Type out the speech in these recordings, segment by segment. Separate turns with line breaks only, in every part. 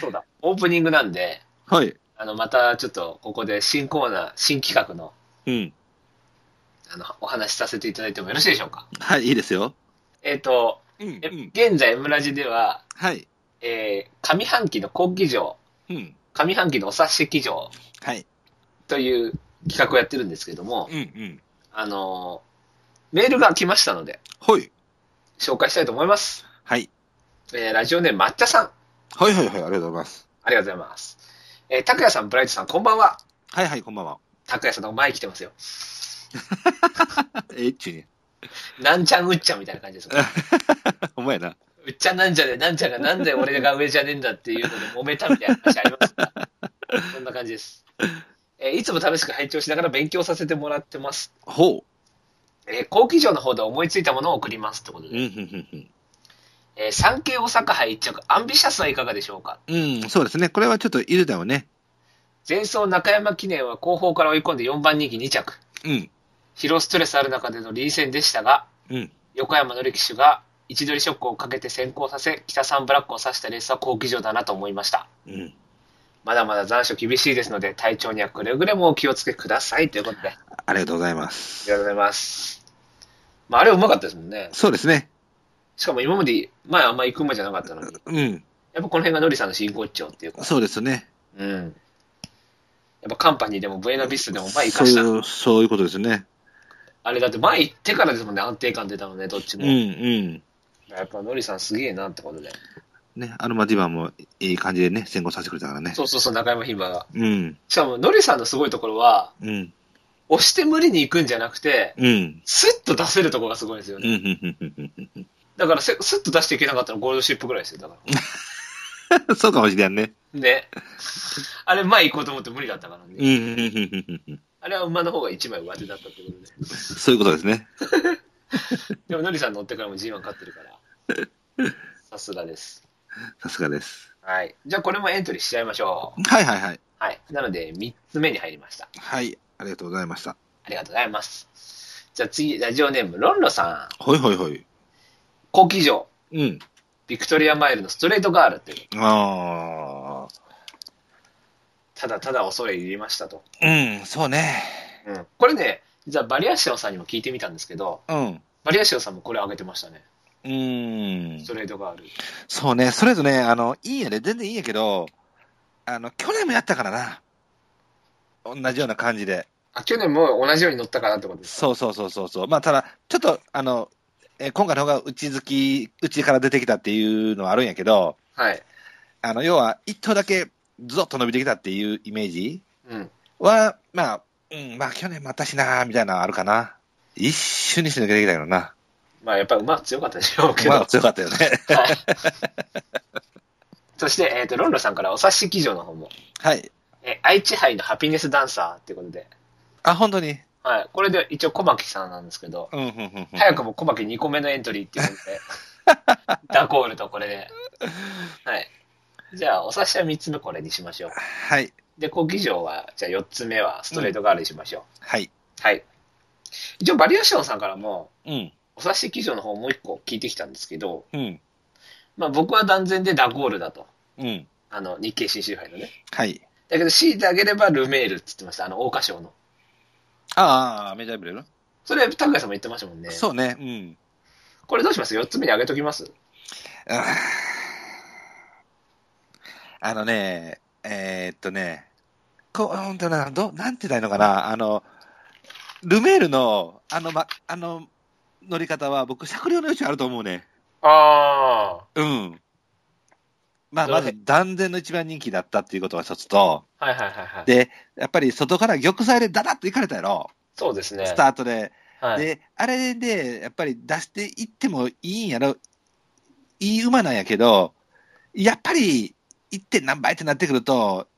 そうだ、オープニングなんで、
はい。
あの、またちょっと、ここで新コーナー、新企画の、
うん。
あの、お話しさせていただいてもよろしいでしょうか。
はい、いいですよ。
えっ、と、
うん、
え。現在、ムラジでは、
はい。
えー上半期の後期場、
うん。
上半期のお察し記場
はい。
という企画をやってるんですけども、
うん、うん。
あのーメールが来ましたので、
はい。
紹介したいと思います。
はい。
えーラジオネーム抹茶さん、
はい、はい、はい。ありがとうございます。
ありがとうございます。えー、拓也さん、ブライトさん、こんばんは。
はい、はい、こんばんは。
拓也さんの前来てますよ。
えっち に。
なんちゃんうっちゃんみたいな感じです。
お前な。
うっちゃんなんじゃで、なんちゃんがなんで俺が上じゃねえんだっていうので揉めたみたいな話ありますが、 そんな感じです。えーいつも楽しく拝聴しながら勉強させてもらってます。
ほ
えー、後期上の方で思いついたものを送りますってこと
う。うん、
で。
うん、うん、
えー、産経大阪杯一着、アンビシャスはいかがでしょうか
うん。うん、そうですね。これはちょっとイルダをね。
前走中山記念は後方から追い込んで4番人気2着。
うん。
疲労ストレスある中での臨戦でしたが、
うん。
横山典騎手が位置取りショックをかけて先行させ、北三ブラックを指したレースは好騎乗だなと思いました。
うん。
まだまだ残暑厳しいですので、体調にはくれぐれもお気をつけくださいということで、あ
ありがとうございま
り
す。
がとうございます。まあ、あれうまかったですもんね。
そうですね。
しかも今まで、前あんま行く馬じゃなかったのに、
うん。
やっぱこの辺がノリさんの真骨頂っていうか、
そうですね。
うん。やっぱカンパニーでもブエナビスタでも前行かした
そう、そういうことですね。
あれだって前行ってからですもんね、安定感出たのね、どっち
うん、
も。
うん。
やっぱノリさんすげえなってことで。
ね、アルマディバンもいい感じでね、先行させてくれたからね。
そうそうそう、中山牝馬が。
うん、
しかもノリさんのすごいところは、
うん、
押して無理に行くんじゃなくて、
うん。
スッと出せるところがすごいんですよ
うん、
ね。
うん、うん、
だからせ、スッと出していけなかったのゴールドシップぐらいですよ、だから。
うん。そうかもしれんね。
ね。あれ、前行こうと思って無理だったから
う
ね。
ん、うん、うん、うんうん。
あれは馬の方が1枚上手だったってことで。
そういうことですね。
でも、ノリさん乗ってからも G1 勝ってるから。さすがです。
さすがです。
はい。じゃあ、これもエントリーしちゃいましょう。
はい、はい、はい。
はい。なので、3つ目に入りました。
はい、ありがとうございました。
ありがとうございます。じゃあ次、ラジオネーム、ロンロさん。
ほいほいほい。
高機場、
うん。
ビクトリアマイルのストレートガールっていう。
あ
ただただ恐れ入りましたと。
ー。うん、そうね。
うん。これね、じゃあバリアシオンさんにも聞いてみたんですけど、
うん。
バリアシオンさんもこれ上げてましたね。
うん
ストレートガール。
そうね、それぞれね、あの、いいんやで、全然いいんやけど、あの、去年もやったからな。同じような感じで。
あ、去年も同じように乗ったかなってことです。
そうそうそうそうそう。まあ、ただ、ちょっと、あの、えー今回の方が内好き、内から出てきたっていうのはあるんやけど、
はい。
あの、要は、一頭だけ、ずっと伸びてきたっていうイメージ
うん。
は、まあ、うん、まあ、去年もあったしな、みたいなのはあるかな。一瞬にして抜けてきたけどな。
まあやっぱり馬は強かったでしょうけど。
まあ、強かったよね。
はい。 そして、えっ、と、ロンロさんからお察し記上の方も。
はい。
え、愛知杯のハピネスダンサーっていうことで。
あ、本当に。
はい。これで一応小牧さんなんですけど、
うん、うん、うん。うん
早くも小牧2個目のエントリーっていうこと で、ダコールとこれで。はい。じゃあ、お察しは3つ目これにしましょう。
はい。
で、後期上は、じゃあ4つ目はストレートガールにしましょう。
はい。
はい。一応、バリアションさんからも、
うん、
お察し記上の方もう1個聞いてきたんですけど、
うん、
まあ僕は断然でダコールだと。
うん。
あの、日経新州杯のね。
はい。
だけど、強いてあげればルメールって言ってました。あの、桜花賞の。
ああ、メジャーブレル、
それ、拓也さんも言ってましたもんね。
そうね。うん。
これどうします ?4 つ目に上げときます
あーあのね、えーっとね、こう、うんとな、ど、なんて言ったらいいのかな、あの、ルメールの、あの、ま、あの、乗り方は僕、酌量の余地あると思うね。
あ
うん。ま
な
あ、
る
ま
ほど
ず断然の一番人気だったっていうことが一つと、
あ。はいはいはいはい。
で、やっぱり外から玉砕でダダッと行かれたやろ、
そうですね。
スタートで。
はい。
で、あれで、やっぱり出していってもいいんやろ、いい馬なんやけど、やっぱり1点何倍ってなってくると、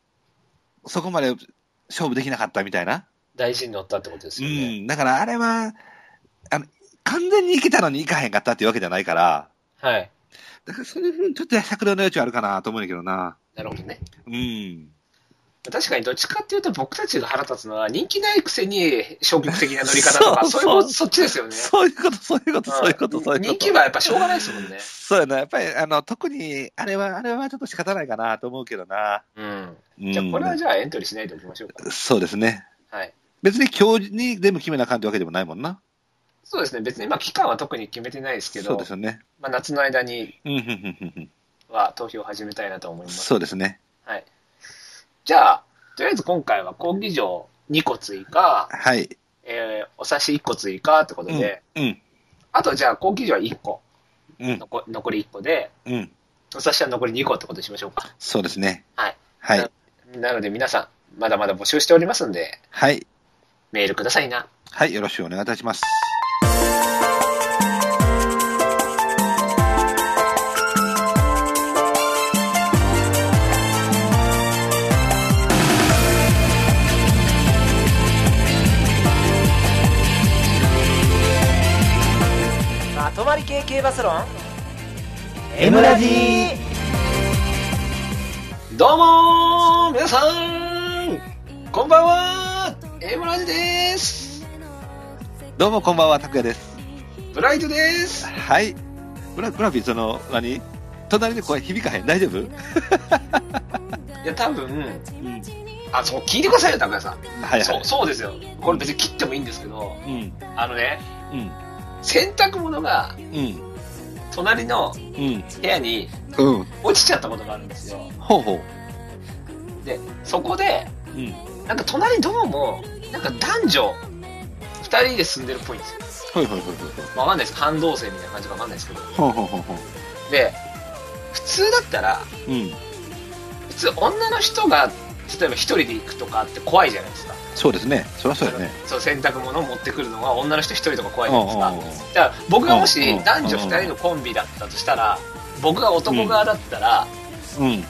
そこまで勝負できなかったみたいな。
大事に乗ったってことです
う
よね。
ん。だからあれは、あの、完全にいけたのにいかへんかったっていうわけじゃないから、
はい。
だからそういうふうにちょっと酌量の余地はあるかなと思うんやけどな。
なるほどね。
うん。
確かにどっちかっていうと僕たちが腹立つのは人気ないくせに消極的な乗り方とか、
そ
そうういうこ
そう
と、そっちですよね。
そういうこと、そういうこと、そういうこと、
ん
そういうこと。
人気はやっぱしょうがないですもんね。
そうやな、やっぱり、あの、特に、あれは、あれはちょっと仕方ないかなと思うけどな。
うん。
うん
じゃあこれはじゃあエントリーしないでおきましょうか。
そうですね。
はい。
別に今日に全部決めなあかんってわけでもないもんな。
そうですね。別に今期間は特に決めてないですけ
そ
ど
うです、よね。
まあ夏の間に
うん、うん、うん、うん。
は投票を始めたいなと思います。
そうですね。
はい。じゃあ、とりあえず今回は講義場2個追加、
はい。
えーお刺し1個追加ってことで、
うん、
あとじゃあ講義場は1個、
うん、
残残り1個で、
うん。
お刺しは残り2個ってことにしましょうか。
そうですね。
はい。
はい。
なので皆さん、まだまだ募集しておりますんで、
はい。
メールくださいな。
はい。よろしくお願いいたします。
まとまり系系バスロン
M ラジ
どうもー皆さんこんばんはエムラジです
どうも、こんばんは、拓也です。
ブライトです
はい。ブラ、ブラフィー、その、何隣で声響かへん大丈夫
いや、多分、
うん。
あ、そう、聞いてくださいよ、高谷さん。
はいは
そう、
い。
そうですよ。これ別に切ってもいいんですけど、
うん、
あのね、
うん、
洗濯物が
うん、
隣の
うん。
部屋に
うん。
落ちちゃったことがあるんですよ。
ほうほ
で、そこで、
う。うん。
なんか隣どうも、なんか男女2人で住んでるっぽいんですよ。
ほいほいほい
まあわかんないです。半同棲みたいな感じかわかんないですけど。
ほい。ほうほうほうほ
で、普通だったら、
う。うん。
普通女の人が、例えば一人で行くとかって怖いじゃないですか。
そうですね。そりゃそうやね。
そう洗濯物を持ってくるのは女の人一人とか怖いじゃないですか。
う
だから僕がもし
うん
男女2人のコンビだったとしたら僕が男側だったら
んうんうん。
1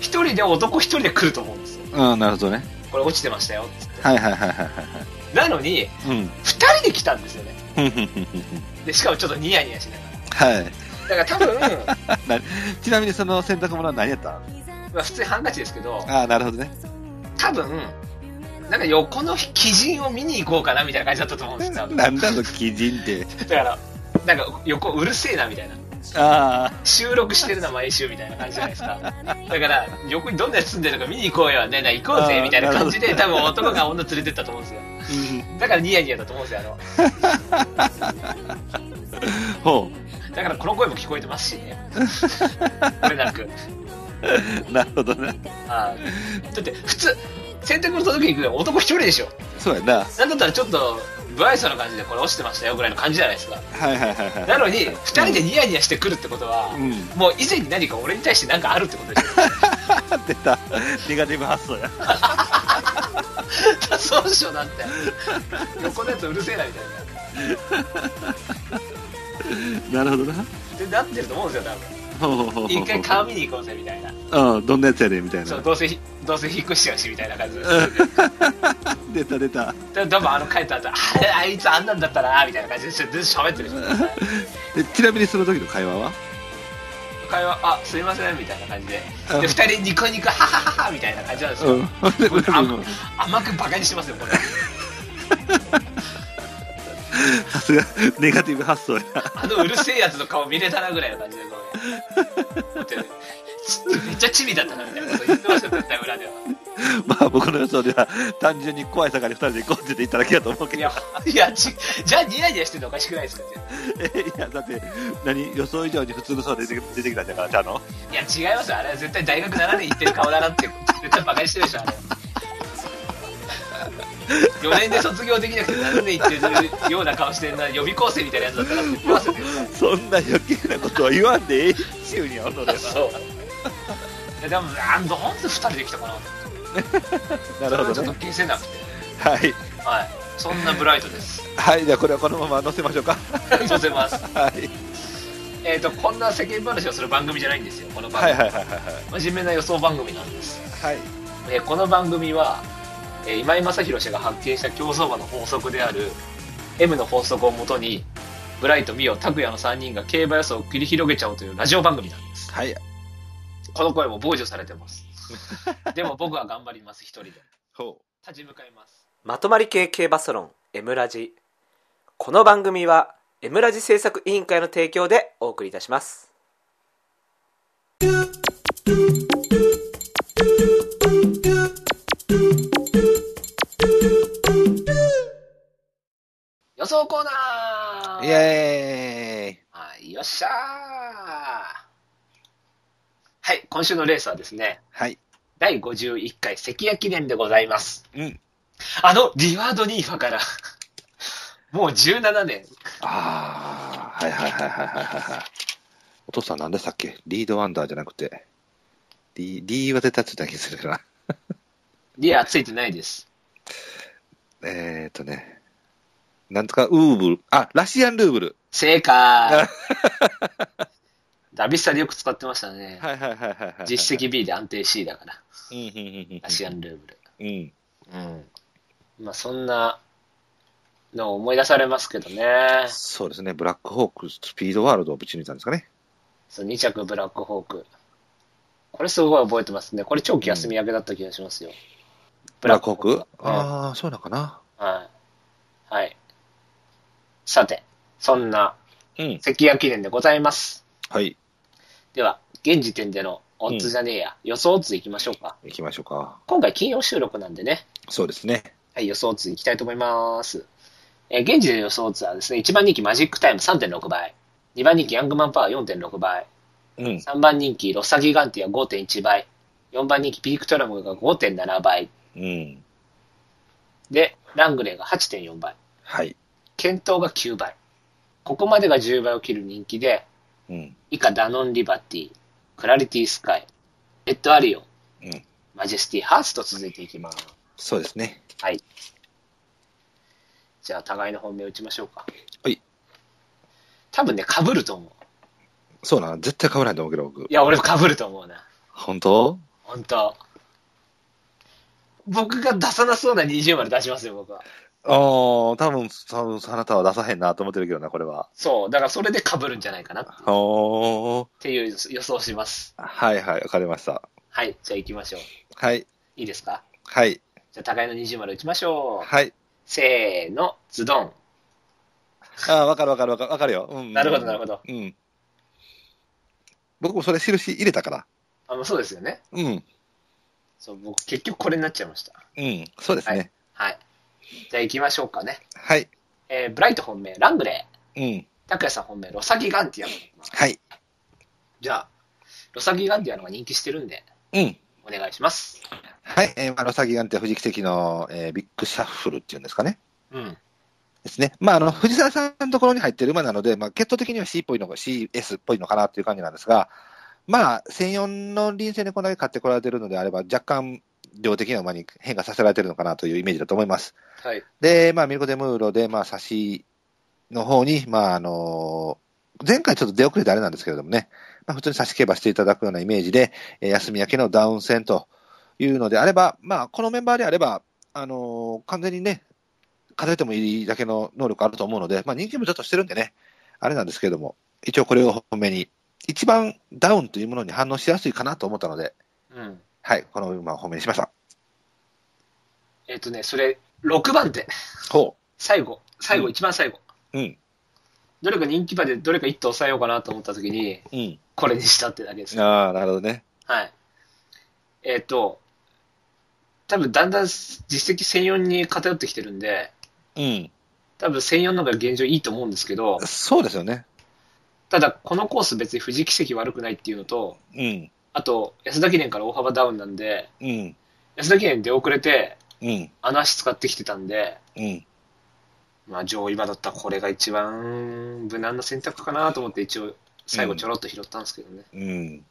人で男1人で来ると思うんですよ
うん。うん、なるほどね。
これ落ちてましたよっつって
はいはいはいはいは
なのに
い。うん。
2人で来たんですよね
ふんふんふんふんふん
でしかもちょっとニヤニヤしなが
はい。
らだから 多分
ちなみにその洗濯物は何やったの
まあ普通にハンカチですけど
ああ、なるほどね。
多分なんか横の基人を見に行こうかなみたいな感じだったと思うんですよ多分
なんだの、鬼人って。
だからなんか横うるせえなみたいな
あ
収録してるな毎週みたいな感じじゃないですかだから横にどんなやつ住んでるのか見に行こうよねえねえ行こう
あ
ぜ
ー
みたいな感じで
な
多
るほ
分
ど
男が女連れてったと思うんですよ
あ。うん。
だからニヤニヤだと思うんですよあ
ほ
のだからこの声も聞こえてますしねこれなく
う。なるほどね。
あーだって普通洗濯物届けに行くのは男一人でしょ
そうやな。は
なんだったらちょっと不愛想な感じでこれ落ちてましたよぐらいの感じじゃないですか
いはいはいはい。
なのに2人でニヤニヤしてくるってことは、
うん。
もう以前に何か俺に対して何かあるってことでし
出た。ネガティブ発想や。
ょ そうでしょだって横のやつうるせえなみたいな
なるほどな。
ってなってると思うんですよ多分
ほうほう ほうほう。
一回顔見に行こうぜみ たいな、
うん、どんなやつやねんみたい
そう
な。
どうせひどうせ引っ越しちゃうしみたいな感じで、
出た出た。
で多分あの帰った後あれあいつあんなんだったなみたいな感じで全然喋ってる人
でちなみにその時の会話は
会話あすいませんみたいな感じで
うん
で二人ニコニコハハハハみたいな感じなんですよ、
うん。
甘くバカにしてますよこれ
さすが、ネガティブ発想や。
あのうるせえやつの顔見れたなぐらいの感じでこうやってめっちゃチビだったなみたいなこと言ってましたよ絶対裏では
まあ僕の予想では単純に怖い坂に2人で行こうって言っただけやと思うけ
い
ど
やいやちじゃあニヤニヤしてるのおかしくないですか絶対
え いやだって何予想以上に普通の人が出て出てきたんだからちゃ うの
いや違いますよあれは絶対大学7年行ってる顔だなって絶対バカにしてるでしょあれ4年で卒業できなくて7年行ってるような顔してるな予備校生みたいなやつだったらってますよ
そんな余計なことは言わんでええっちゅうにはおのれば
そういやでもあんなんで2人で来たかな
な
それ
る
は
ほ
ち
ど
ょっと
ね
消せなくて
はい、
はいそんなブライトです
はい、じゃあこれはこのまま載せましょうか
載せます
はい
えっ、とこんな世間話をする番組じゃないんですよこの番
はい
組、
はいはいはい
真面目な予想番組なんです、
はい
えーこの番組は、えー今井正弘氏が発見した競走馬の法則である M の法則をもとにブライト、ミオ、拓也の3人が競馬予想を繰り広げちゃおうというラジオ番組なんです。
はい
この声も傍受されてます。でも僕は頑張ります、一人で。
ほ
立ち向かいます。
まとまり系系バスロン M ラジこの番組は M ラジ制作委員会の提供でお送りいたします
予想コーナ
う。
ー
イエ
はい、よっしゃーはい、今週のレースはですね、
ーイ。はい。
第51回関谷記念でございます。
うん。
あの、リワードニーファから、もう17年。
ああ、はいはいはいはいはいはいはい。お父さんなんでしたっけリードアンダーじゃなくて。リリーは絶対ついた気がするな。
いや、ついてないです。
えっ、ー、とね。なんとかウーブル。あ、ラシアンルーブル。
正 解ダビスタでよく使ってましたね。
いはいはいはい、は
実。績 B で安定 C だから、
うんうんうんうん。
アシアンルーブル。
うん。
うん。まあ、そんなのを思い出されますけどね。
そうですね。ブラックホーク、スピードワールドをぶち抜いたんですかね。
そう、2着ブラックホーク。これすごい覚えてますね。これ長期休み明けだった気がしますよ。
ブラックホー
ブ
ク
ラックホーク
ああ、そうなのかな。
はい。はい。さて、そんな
うん。
関谷記念でございます。
はい。
では、現時点でのオッズじゃねえや、予想オッズいきましょうか。
行きましょうか。
今回金曜収録なんでね、
そうですね。
はい、予想図いきたいと思います。えー現時点の予想図はですね、1番人気マジックタイム3.6倍、2番人気ヤングマンパワー4.6倍、
うん。
3番人気ロサギガンティア5.1倍、4番人気ピークトラムが5.7倍、
うん。
で、ラングレーが8.4倍、
はい。
検討が9倍。ここまでが10倍を切る人気で、
うん。
以下ダノンリバティ、クラリティスカイ、レッドアリオン、
うん。
マジェスティハーツと続いていきます。
そうですね。
はい。じゃあ、互いの本命打ちましょうか。
はい。
多分ね、被ると思う。
そうなの。絶対被らないと思うけど、僕
い。や、俺も被ると思うな。
本当
本当僕が出さなそうな20まで出しますよ、僕は。
ああ、多分、多分、あなたは出さへんなと思ってるけどな、これは。
そう。だから、それで被るんじゃないかなっ
おー。
ていう予想をします。
はいはい、わかりました。
はい。じゃあ、行きましょう。
はい。
いいですか
はい。
じゃあ、互いの20まで打ちましょう。
はい。
せーの、ズドン。
ああ、わかるわかるわかるわかるよ。うん。
なるほど、なるほど。
ど。うん。僕もそれ印入れたから。
あ、もうそうですよね。
うん。
そう、僕、結局これになっちゃいました。
うん。そうですね。
はい。じゃあ、行きましょうかね。
はい。
えー、ブライト本命、ラングレー。
うん。
拓也さん本命、ロサギガンティアの方かな
はい。
じゃあ、ロサギガンティアの方が人気してるんで、
うん。
お願いします。
はい。えー、まあ、ロサギガンテ藤木関の、えービッグシャッフルっていうんですかね。
うん。
ですね。まあ、あの、藤沢さんのところに入ってる馬なので、まあ、血統的には C っぽいのか、CS っぽいのかなっていう感じなんですが、まあ、1004の臨戦でこんだけ買ってこられてるのであれば、若干、量的な馬に変化させられてるのかなというイメージだと思います。
はい。
で、まあ、ミルコ・デ・ムーロで、まあ、差しの方に、まあ、あの前回ちょっと出遅れてあれなんですけれどもね、まあ、普通に差し競馬していただくようなイメージで、えー休み明けのダウン戦というのであれば、まあ、このメンバーであれば、あの完全にね、勝ててもいいだけの能力あると思うので、まあ、人気もちょっとしてるんでね、あれなんですけれども、一応これを本命に、一番ダウンというものに反応しやすいかなと思ったので、
うん。
はい、この馬を本命にしました。
えっ、とね、それ、6番手。
ほ
最後。最後、
うん
一番最後。
う。うん、
どれか人気馬でどれか一頭抑えようかなと思った時に、
うん。
これにしたってだけです。
ああ、なるほどね。
はい。えっ、と、多分だんだん実績1004に偏ってきてるんで、
うん。
多分1004の方が現状いいと思うんですけど、
そうですよね。
ただこのコース別に富士奇跡悪くないっていうのと、
うん、
あと安田記念から大幅ダウンなんで、
うん、
安田記念出遅れて、
うん、
あの足使ってきてたんで、
うん。
まあ、上位馬だったらこれが一番無難な選択かなと思って、一応、最後ちょろっと拾ったんですけどね。
うん、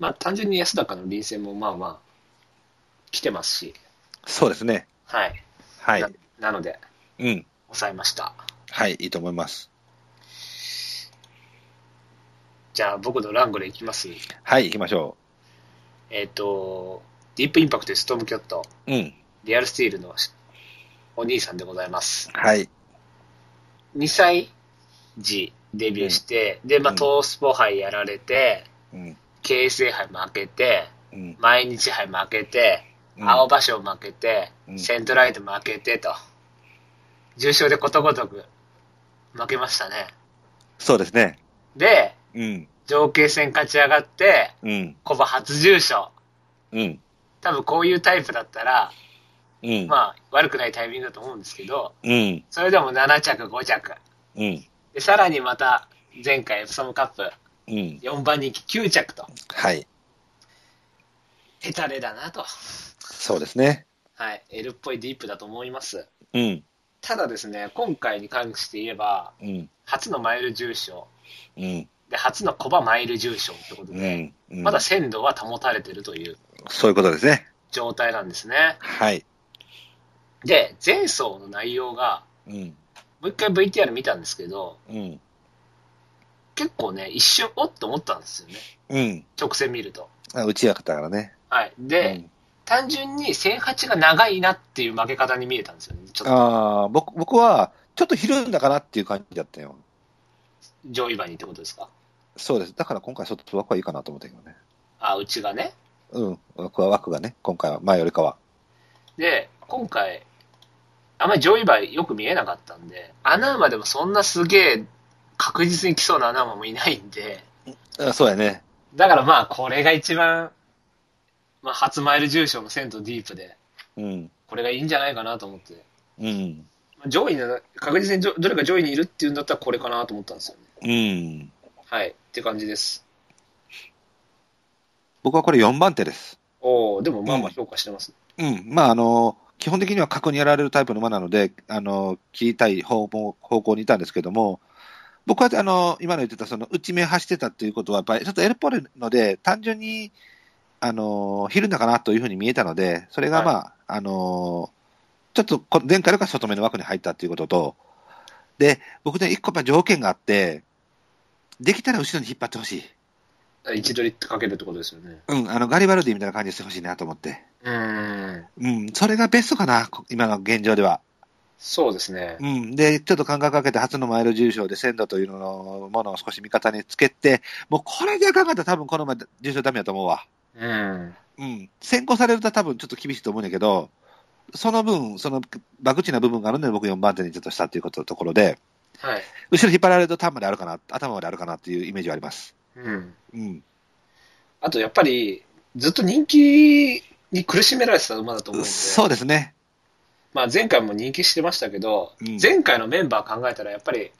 まあ、単純に安高の臨戦もまあまあ、来てますし、
そうですね。
はい。
はい
な。なので、
うん。
抑えました。
はい、いいと思います。
じゃあ、僕のラングレーいきます。
はい、行きましょ
えっ、と、ディープインパクト、ストームキャット、
う。うん。
リアルスティールのお兄さんでございます。
はい。
2歳時デビューして、で、まあ、
うん
トースポ杯やられて、
うん、
KSA 杯負けて、
うん。
毎日杯負けて、
うん
青葉賞負けて、
うん
セントライト負けてと、重賞でことごとく負けましたね。
そうですね。
で、
うん。
上級戦勝ち上がって、
うん。
コバ初重賞。
うん。
多分こういうタイプだったら、
うん。
まあ悪くないタイミングだと思うんですけど、
うん。
それでも7着、5着。
うん。
で、さらにまた前回エプソムカップ
うん。
4番人気9着と、
はい。
ヘタレだなと。
そうですね。
はい。L っぽいディープだと思います。
うん。
ただですね、今回に関して言えば、
うん。
初のマイル重賞、
うん。
で、初のコバマイル重賞ってこと
う
で、
ん。うん
まだ鮮度は保たれてるという
そういうことですね。
状態なんですね。
はい。
で、前走の内容が、
うん。
もう一回 VTR 見たんですけど、
うん。
結構ね、一瞬、おっと思ったんですよね。
うん。
直線見ると。
あうちやかったからね。
はい。
う
で、
ん
単純に1008が長いなっていう負け方に見えたんですよね。ちょっと
ああ、僕、僕は、ちょっとひるんだかなっていう感じだったよ。
上位馬にってことですか。
そうです。だから今回ちょっと枠はいいかなと思ったけどね。
あ、うちがね。
うん。枠は枠がね、今回は前よりかは。
で、今回、あんまり上位馬よく見えなかったんで、穴馬でもそんなすげえ確実に来そうな穴馬もいないんで、
あそうやね。
だからまあ、これが一番、まあ、初マイル重賞のセントディープで、
うん。
これがいいんじゃないかなと思って。
うん。
上位の、確実にどどれか上位にいるっていうんだったらこれかなと思ったんですよね。
うん。
はい。って感じです。
僕はこれ4番手です。
おおでもまあま
う
あ
ん
評価してますね。
うん。まあ、あの、基本的には過去にやられるタイプの馬なので、あの、切りたい方向方向にいたんですけども、僕は、あの、今の言ってた、その、内目走ってたっていうことは、やっぱり、ちょっとエルポルので、単純に、あの、ひるんだかなというふうに見えたので、それが、まあ、あの、ちょっとこ、前回よりか外目の枠に入ったっていうことと、で、僕ね、一個やっぱ条件があって、できたら後ろに引っ張ってほしい。
位置取りってかけるってことですよね。
うん、あの、ガリバルディみたいな感じにしてほしいなと思って。
うーん。
うん、それがベストかな、こ今の現状では。
そうですね。
うん、で、ちょっと感覚かけて、初のマイル重賞で鮮度というののものを少し味方につけて、もうこれであかんかったら、多分このまま重賞ダメだと思うわ。
うん。
うん、先行されると多分ちょっと厳しいと思うんだけど、その分、そのバクチな部分があるので、僕4番手にちょっとしたということところで、
はい。
後ろ引っ張られると、頭まであるかな、頭まであるかなっていうイメージはあります。
うん。
うん、
あとやっぱり、ずっと人気に苦しめられてた馬だと思うんで、
そうですね。
まあ、前回も人気してましたけど、
うん
前回のメンバー考えたらやっぱり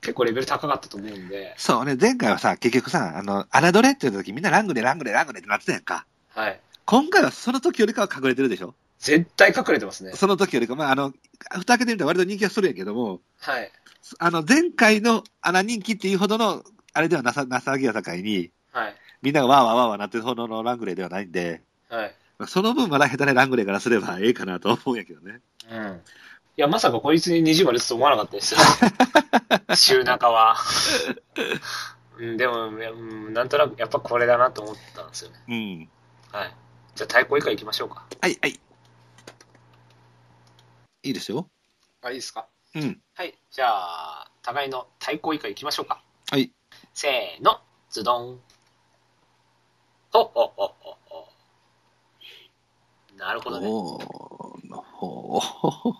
結構レベル高かったと思うんで、
そうね、前回はさ、結局さ、あの、穴どれって言った時、みんなラングレ、ラングレ、ラングレってなってたやんか。
はい。
今回はその時よりかは隠れてるでしょ
絶対隠れてますね。
その時よりか、まあ、あの、蓋開けてみたら割と人気はするんやけども、
はい。
あの、前回の穴人気っていうほどの、あれではなさ、なさぎやさかいに、
はい。
みんながわーわーわーわーなってるほどのラングレーではないんで、
はい。
まあその分まだ下手なラングレーからすればええかなと思うんやけどね。
うん。いや、まさかこいつに20丸打つと思わなかった ですよ。週中は。うん、でも、いやうんなんとなく、やっぱこれだなと思ったんですよね。
うん。
はい。じゃあ、対抗以下行きましょうか。
はい、はい。いいですよ。
あ、いいですか
うん。
はい。じゃあ、互いの対抗以下行きましょうか。
はい。
せーの、ズドン。ほっほっほっほっほ。なるほどね。
おーのほー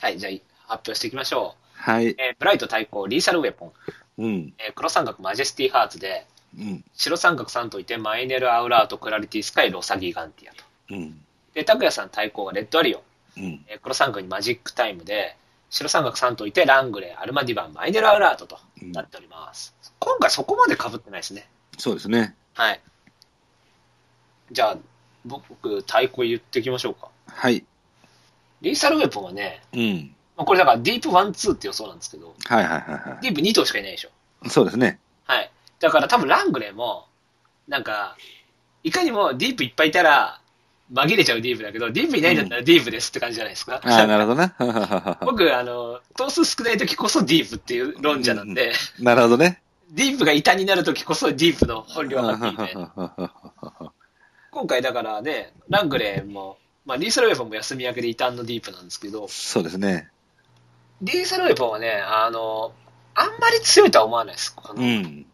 はい。じゃあ、発表していきましょ
はい。
う。えーブライト対抗、リーサルウェポン。
うん。
えー黒三角、マジェスティハーツで、
うん。
白三角さんといて、マイネル・アウラート、クラリティ・スカイ、ロサギー・ガンティアと。
うん。
で、拓也さん対抗がレッドアリオン、
うん。
えー黒三角にマジックタイムで、白三角さんといて、ラングレー、アルマディバン、マイネル・アウラートと
うん
なっております。今回そこまで被ってないですね。
そうですね。
はい。じゃあ、僕、対抗言っていきましょうか。
はい。
リーサルウェポンはね、
うん。
まあこれだからディープ1、2って予想なんですけど、
はいはいはいは
ディープ2頭しかいないでしょ。
い。そうですね。
はい。だから多分ラングレーも、なんか、いかにもディープいっぱいいたら、紛れちゃうディープだけど、ディープいないんだったらディープですって感じじゃないですか。
ああ、なるほどな。
僕、あの、頭数少ない時こそディープっていう論者なんで、
なるほどね。
ディープが板になる時こそディープの本領発揮で、今回だからね、ラングレーも、まあ、リーサルウェポンも休み明けで異端のディープなんですけど、
そうですね。
リーサルウェポンはね、あの、あんまり強いとは思わないです。こ
う
の
ん。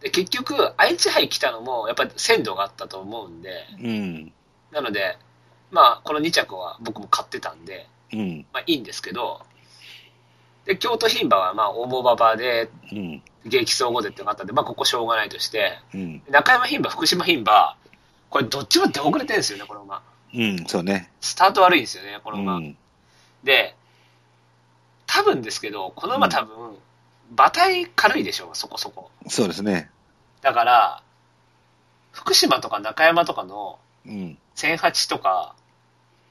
で結局、愛知杯来たのも、やっぱり鮮度があったと思うんで、
うん。
なので、まあ、この2着は僕も買ってたんで、
うん。
まあいいんですけど、で、京都牝馬は、まあ、重馬場で、
うん。
激走後でってのがあったんで、まあ、ここしょうがないとして、
うん。
中山牝馬、福島牝馬、これどっちも出遅れてるんですよね、この馬。
うん。そうね。
スタート悪いんですよね、こ
う
の馬。
ん。
で、多分ですけど、この馬多分、馬体軽いでしょう、そこそこ。
そうですね。
だから、福島とか中山とかの
うん。
1008とか、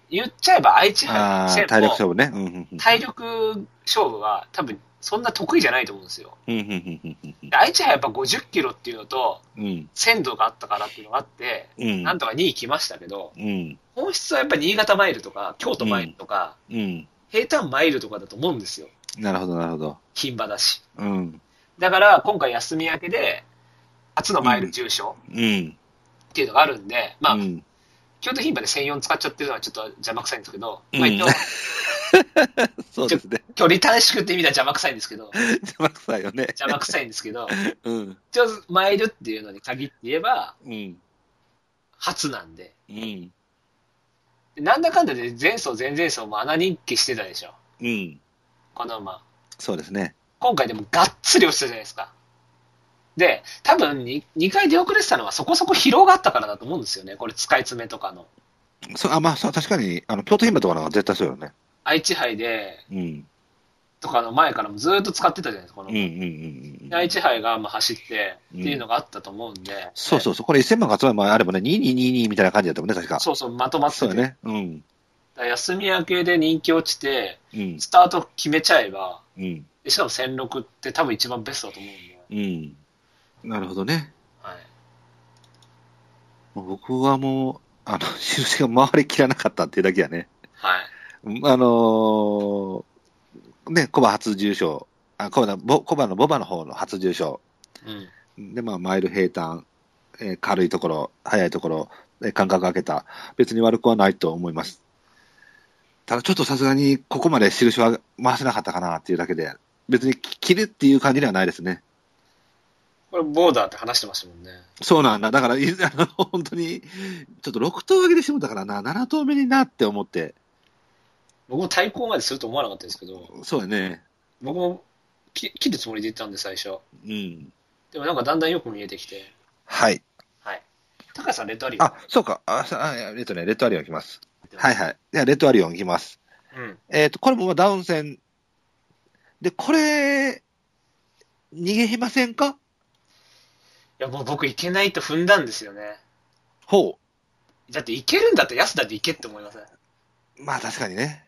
言っちゃえば愛知
ああ、
杯
体力
の
勝負ね。うん。うんうん
体力勝負は多分そんな得意じゃないと思うんですよ。
うん。うん。うん
で愛知杯やっぱ50キロっていうのと、
うん。
鮮度があったからっていうのがあって、
うん。
なんとか2位来ましたけど、
うん。
本質はやっぱ新潟マイルとか、京都マイルとか、
うん。
平坦マイルとかだと思うんですよ。
なるほど、なるほど。
牝馬だし。
うん。
だから、今回休み明けで、初のマイル重賞
うん。
っていうのがあるんで、まあ
う、ん。
京都牝馬で1004使っちゃってるのはちょっと邪魔くさいんですけど、
うん
まあ、一応、
そうですね。
距離短縮って意味では邪魔くさいんですけど、
邪魔くさいよね。
邪魔くさいんです けど、
うん。
一応、マイルっていうのに限って言えば、
うん。
初なんで。
うん。
でなんだかんだで前走前々走も穴人気してたでしょ、
うん。
この馬。
そうですね。
今回でもがっつり押したじゃないですか。で、多分に2回出遅れてたのはそこそこ疲労があったからだと思うんですよね。これ使い詰めとかの。
そう、あ、まあ、そう確かに、あの、京都牝馬とかの方が絶対そうよね。
愛知杯で、
うん。
とかの前からもずっと使ってたじゃないですか、この。
うん。うん。うん。うん
愛知杯がまあ走ってっ
う
て
ん
いうのがあったと思うんで。
そうそうそう。これ1000万が集まる前あればね、2222みたいな感じだったもんね、確か。
そうそう、まとまってて
そうよね。うん。
だから休み明けで人気落ちて、
うん。
スタート決めちゃえば、
うん。
でしかも1006って多分一番ベストだと思うんで。
うん。なるほどね。
はい。
もう僕はもう、あの、 印が回りきらなかったっていうだけやね。
はい。
うんあのーね、コバ初重賞、あ、コバの、ボコバのボバの方の初重賞。
うん。
で、まあ、マイル平坦、えー軽いところ、速いところ、えー間隔空けた。別に悪くはないと思います。ただちょっとさすがにここまで印は回せなかったかなっていうだけで、別に切るっていう感じではないですね。
これボーダーって話してましたもんね。
そうなんだ。だから、い あの本当に、ちょっと6頭上げてしもたからな、7頭目になって思って。
僕も対抗まですると思わなかったですけど、
そうやね。
僕もき切るつもりで行ったんで最初。
うん。
でもなんかだんだんよく見えてきて。
はい。
はい。高橋さん、レッドアリオン。
あ、そうか。あ、さあえっとね、レッドアリオンいきます。はい
い。
はい。では、レッドアリオンいきます。
うん。
えっ、と、これもまあダウン戦。で、これ、逃げませんか
いや、もう僕行けないと踏んだんですよね。
ほ
だって行けるんだったら安田で行けって思いません
う。まあ、確かにね。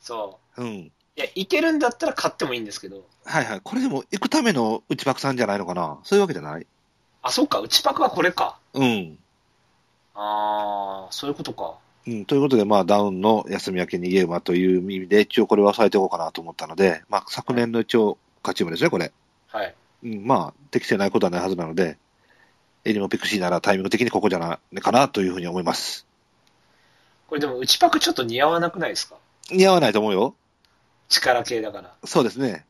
そ
うん。
う。いや、行けるんだったら買ってもいいんですけど。
はいはい。これでも、行くための内枠さんじゃないのかなそういうわけじゃない
あ、そっか、内パクはこれか。
うん。
あー、そういうことか。
うん、ということで、まあ、ダウンの休み明け逃げ馬という意味で、一応これは抑えておこうかなと思ったので、まあ、昨年の一応、勝ち馬ですね、これ。
はい。
うん、まあ、適正ないことはないはずなので、エリモピクシーならタイミング的にここじゃないかなというふうに思います。
これでも内パクちょっと似合わなくないですか
似合わないと思うよ。
力系だから。
そうですね。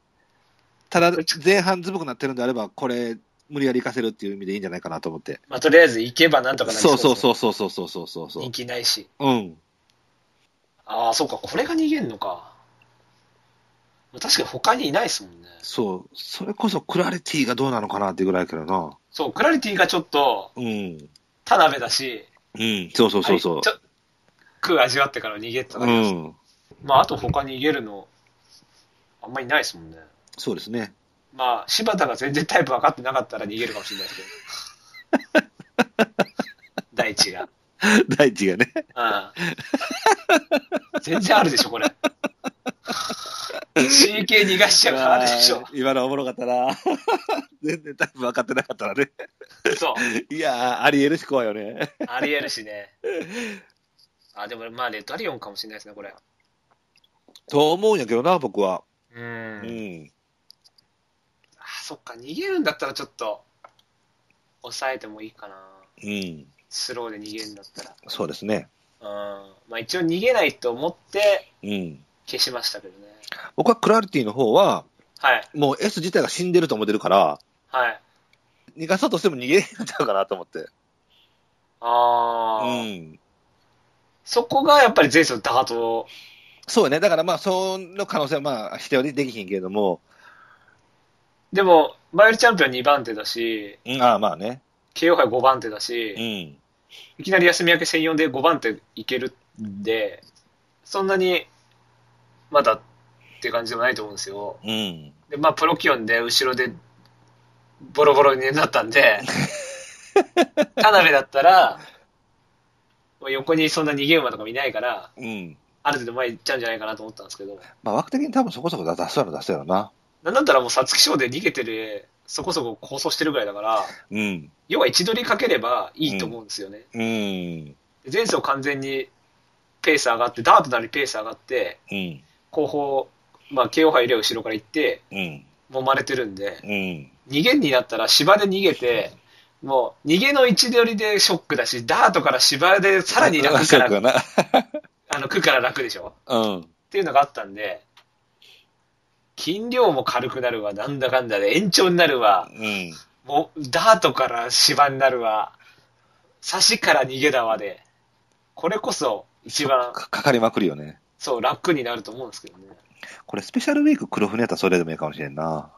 ただ、前半ずぶくなってるんであれば、これ、無理やり行かせるっていう意味でいいんじゃないかなと思って。
まあ、とりあえず行けばなんとかなり
そうそう
う
そうそうそうそうそう
ですね。
そう
人。気ないし。
うん。
ああ、そうか、これが逃げんのか。まあ確かに他にいないですもんね。
そう。それこそ、クラリティがどうなのかなっていうぐらいからな。
そう、クラリティがちょっと、
うん。
田辺だし、
うん。そうそうそうそう
あれ。ちょ食う味わってから逃げって
う
なります、
ん。
まあ、あと他に逃げるの、あんまりないですもんね。
そうですね。
まあ、柴田が全然タイプ分かってなかったら逃げるかもしれないですけど。大地が。
大地がね。
うん。全然あるでしょ、これ。CK 逃がしちゃうからあるでしょ。
今のおもろかったな。 全然タイプ分かってなかったらね。
そう。
いやー、ありえるし怖いよね。
ありえるしね。あ、でもまあ、レッドアリオンかもしれないですね、これ。
と思うんやけどな、僕は。
う。
うんん。
あ、そっか、逃げるんだったらちょっと、抑えてもいいかな。
うん。
スローで逃げるんだったら。
そうですね。
うん。まあ、一応逃げないと思って
うん。
消しましたけどね。
僕はクラリティの方は、
はい。
もう S 自体が死んでると思ってるから、
はい。
逃がそうとしても逃げれんのちゃうかなと思って。
あ
う
あ、
ん。
そこがやっぱり前走の打破と、
そうよね。だからまあ、その可能性はまあ、否定はできひんけれども、
でも、バイオリチャンピオン2番手だし、
うん、ああまあね。
KO 杯5番手だ
う
し、
ん。
いきなり休み明け専用で5番手いけるんで、そんなに、まだって感じでもないと思うんですよ。
うん。
で、まあ、プロキオンで後ろでボロボロになったん で、田辺だったら、まあ横にそんな逃げ馬とかもいないから、
うん。
ある程度前行っちゃうんじゃないかなと思ったんですけど、
まあ、枠的に多分そこそこ出すやろ出すやろな。
なんだったらもう皐月賞で逃げてる、そこそこ構想してるぐらいだから、
うん。
要は位置取りかければいいと思うんですよね。
うん。
で前走完全にペース上がって、ダートなりペース上がって、
うん。
後方、まあ、KO 杯よりは後ろから行って、
うん。
揉まれてるんで、
うん。
逃げになったら芝で逃げて、もう逃げの位置取りでショックだし、ダートから芝でさらに楽か
そう
ら、
な。
あの、区から楽でしょ
うん。
っていうのがあったんで、筋量も軽くなるわ、なんだかんだで、延長になるわ、
うん。
もうダートから芝になるわ、差しから逃げだわで、これこそ一番、
かかかりまくるよね。
そう、楽になると思うんですけどね。
これスペシャルウィーク黒船やったらそれでもいいかもしれんな。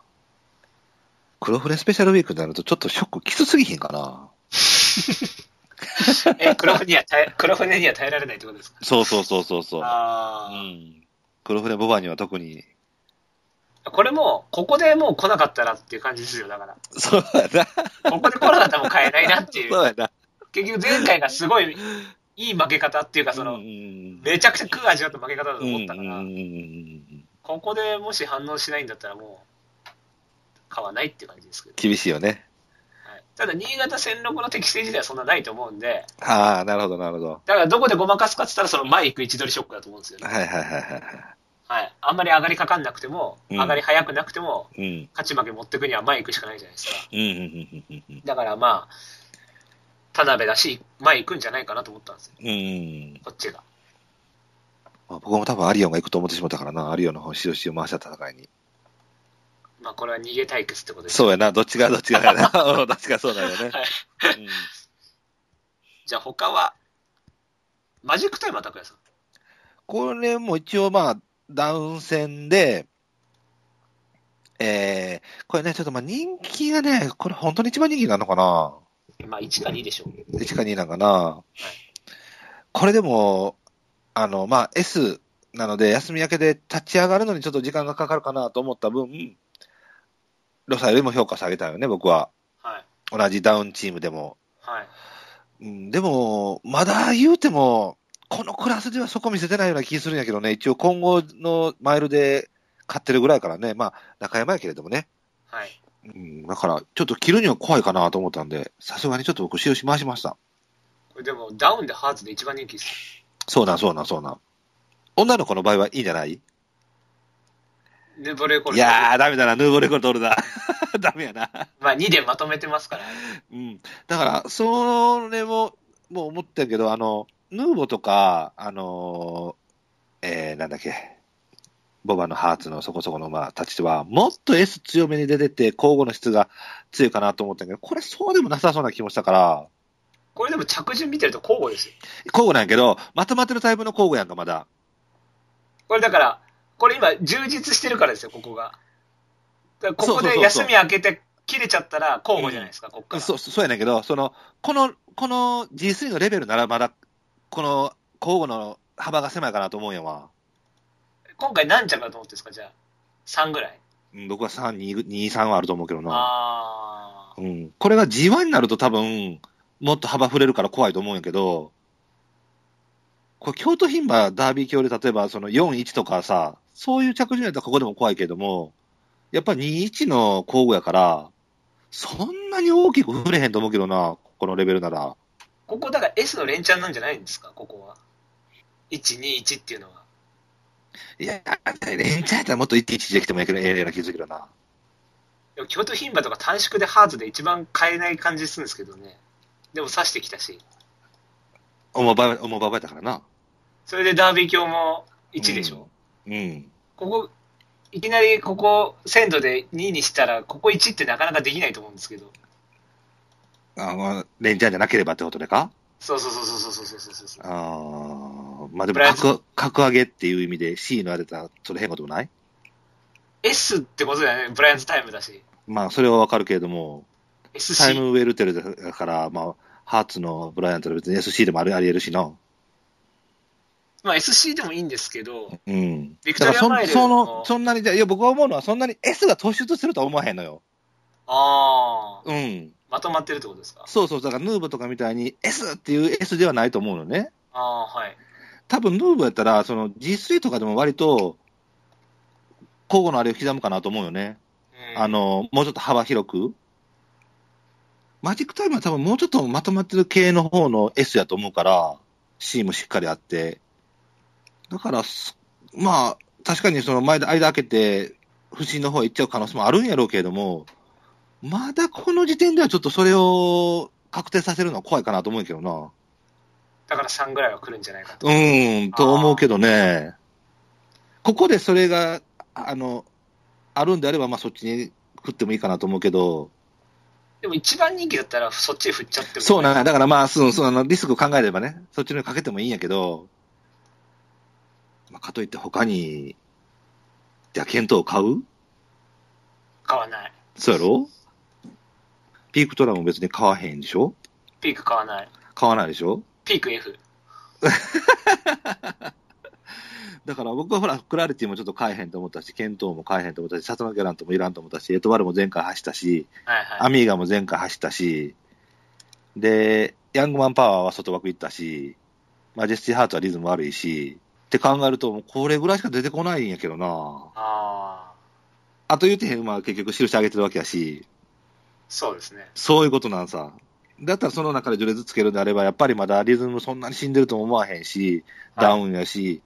黒船スペシャルウィークになるとちょっとショックきつすぎひんかな。
え、黒船には耐え、 黒船には耐えられないってことですか
そうそうそうそうそう。う
ああ、
ん。黒船ボバには特に。
これも、ここでもう来なかったらっていう感じですよ、だから。
そうやな。
ここでコロナでも買えないなってい。
そううやな。
結局前回がすごいいい負け方っていうか、そ
うん
の
う、ん
めちゃくちゃ食う味だった負け方だと
うん
思ったか
う
ら
んうん、うん
ここでもし反応しないんだったらもう、買わないっていう感じですけど。
厳しいよね。
はい、ただ、新潟戦六の適正自体はそんなないと思うんで、
ああ、なるほど、なるほど。
だからどこでごまかすかって言ったら、その前行く位置取りショックだと思うんですよね。
はいはいはいは
はい。あんまり上がりかかんなくても、
うん
上がり早くなくても、
い。うん。
勝ち負け持ってくには前行くしかないじゃないですか。
うんうんうんうん
だからまあ、田辺だし、前行くんじゃないかなと思ったんですよ。
うん。うん。
こっちが。
まあ、僕も多分アリオンが行くと思ってしまったからな、アリオンの方、しをしを回した戦いに。
まあ、これは逃げ対決ってことですね
そうやな、どっちがどっちがやな。 うんどっちがそうだよね。
はい
うん
じゃあ他は、マジックタイマー拓也さん。
これも一応まあ、ダウン戦で、えー、これね、ちょっとまあ人気がね、これ本当に一番人気なのかな
まあ1か2でしょう。
?1 か2なんかなこれでも、あの、まあ S なので、休み明けで立ち上がるのにちょっと時間がかかるかなと思った分、ロサよりも評価下げたよね、僕は。
はい。
同じダウンチームでも。
はい。
うん、でも、まだ言うても、このクラスではそこ見せてないような気するんやけどね、一応今後のマイルで勝ってるぐらいからね、まあ、中山やけれどもね、
はい。
うん、だから、ちょっと切るには怖いかなと思ったんで、さすがにちょっと僕、使用し回しました。
これでもダウンでハーツで一番人気です。
そうなん、そうなん、そうなん。女の子の場合はいいんじゃないい
ヌーボレーコルト
やー、ダメだな、 ヌーボーレコルトールだ。ダメやな。
まあ2でまとめてますから。
うん。だから、それも、もう思ってるけど、あの、ヌーボとか、あのーえー、なんだっけ、ボバのハーツのそこそこの馬たちは、もっと S 強めに出てて、交互の質が強いかなと思ったけど、これそうでもなさそうな気もしたから、
これでも着順見てると交互ですよ。
交互なんやけど、まとまってるタイプの交互やんか、まだ。
これだから、これ今充実してるからですよ、ここが。だからここ
そうそうそう
で
そう
休み明けて切れちゃったら交互じゃないですか、こっから。
そう、そうやねんけど、その、この、この G3 のレベルならまだ、この交互の幅が狭いかなと思うんやわ。
今回何着だと思ってるんですか、じゃあ。3ぐらい。
うん、僕は3、2、2、3はあると思うけどな。
ああ。
うん、これが G1 になると多分、もっと幅触れるから怖いと思うんやけど、これ京都牝馬ダービー強で例えばその4-1とかさ、そういう着順やったらここでも怖いけども、やっぱ2-1の交互やから、そんなに大きく触れへんと思うけどな、このレベルなら。
ここだから S の連チャンなんじゃないんですか、ここは。1、2、1っていうのは。
いや、連チャンやったらもっと1-1できてもええような気づけどな。
でも京都牝馬とか短縮でハーツで一番買えない感じするんですけどね。でも刺してきたし。
重ば、重ばばやったからな。
それでダービー卿も1でしょ。
うん。うん。
ここ、いきなりここ、鮮度で2にしたら、ここ1ってなかなかできないと思うんですけど。
あのレンジャーじゃなければってことでか
そうそうそうそうそうそうそうそうそう。
あーまあで
プ
も
ライズ
格、格上げっていう意味で C のあれたら、それ変なこともない
S ってことだよね、ブライアンズタイムだし。
まあ、それはわかるけれども、タイ
SC。
ムウェルテルだから、まあ、ハーツのブライアントは別に SC でもありあり得るしな。
まあ SC でもいいんですけど、
うん。
ビクト
だ
リ
か
ア
らそ
マイ
ん、
ル
そ
の
の、そんなに、いや、僕は思うのは、そんなに S が突出するとは思わへんのよ。
ああ、
うん。
まとまってるってことですか。
そうそう、だからヌーボとかみたいに S っていう S ではないと思うのね。
ああー、はい。
多分ヌーボやったら、その G3 とかでも割と、交互のあれを刻むかなと思うよね。
うん、
あの、もうちょっと幅広く。マジックタイムは多分もうちょっとまとまってる系の方の S やと思うから、C もしっかりあって。だからす、まあ、確かにその前で間開けて、不審の方へ行っちゃう可能性もあるんやろうけれども、まだこの時点ではちょっとそれを確定させるのは怖いかなと思うけどな。
だから3ぐらいは来るんじゃないかと。
うーん、と思うけどね。ここでそれが、あの、あるんであれば、まあそっちに食ってもいいかなと思うけど、
でも一番人気だったらそっちへ振っちゃっても、
そうなんだ。だからまあ、そうそうあのリスクを考えればね、そっちにかけてもいいんやけど、まあ、かといって他に、じゃあ、検討を買う
買わない。
そうやろピークトラも別に買わへんでしょ
ピーク買わない。
買わないでしょ
ピーク F。
だから僕はほら、クラリティもちょっと買えへんと思ったし、検討も買えへんと思ったし、サトナギャラントもいらんと思ったし、エトワルも前回走ったし、
はい
ア
はい。
ミーガも前回走ったし、で、ヤングマンパワーは外枠行ったし、マジェスティハーツはリズム悪いし、って考えると、もうこれぐらいしか出てこないんやけどな。
ああ、
あと言うてへん、まあ結局印上げてるわけやし、
そうですね。
そういうことなんさ。だったらその中で序列つけるんであれば、やっぱりまだリズムそんなに死んでるとも思わへんし、
はい
ダウンやし、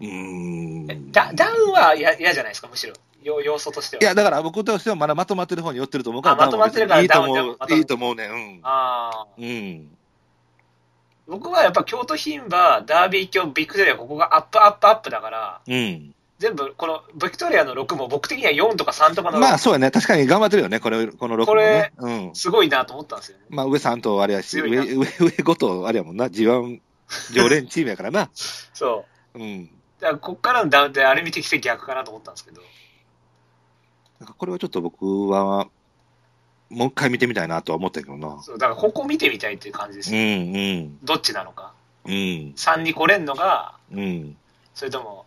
うーん。
だダウンは嫌嫌じゃないですか、むしろ。要要素としては。
いや、だから僕としてはまだまとまってる方に寄ってると思うから、
あまとまってるから
ダウンは別
ダ
に
ウン
いいと
でもま
思
と
う、
ま
いいと思うね。
ああ
うん。うん。
僕はやっぱ京都牝馬、ダービー強、ビクトリア、ここがアップアップアップだから、
うん。
全部、このビクトリアの6も僕的には4とか3とかの、
まあそうやね、確かに頑張ってるよね、これこの6もね。うん、
すごいなと思ったんですよね。
まあ上3頭あれやし、
強
上
いな
上上5頭あれやもんな、G1 常連チームやから な。
そう。
うん、
だからこっからのダウンってあれ見てきて逆かなと思ったんですけど。
なんかこれはちょっと僕は、もう一回見てみたいなとは思ったけどな。
そう、だからここ見てみたいっていう感じで
うん
す。
うん
どっちなのか。
うん
3に来れんのか、
うん
それとも、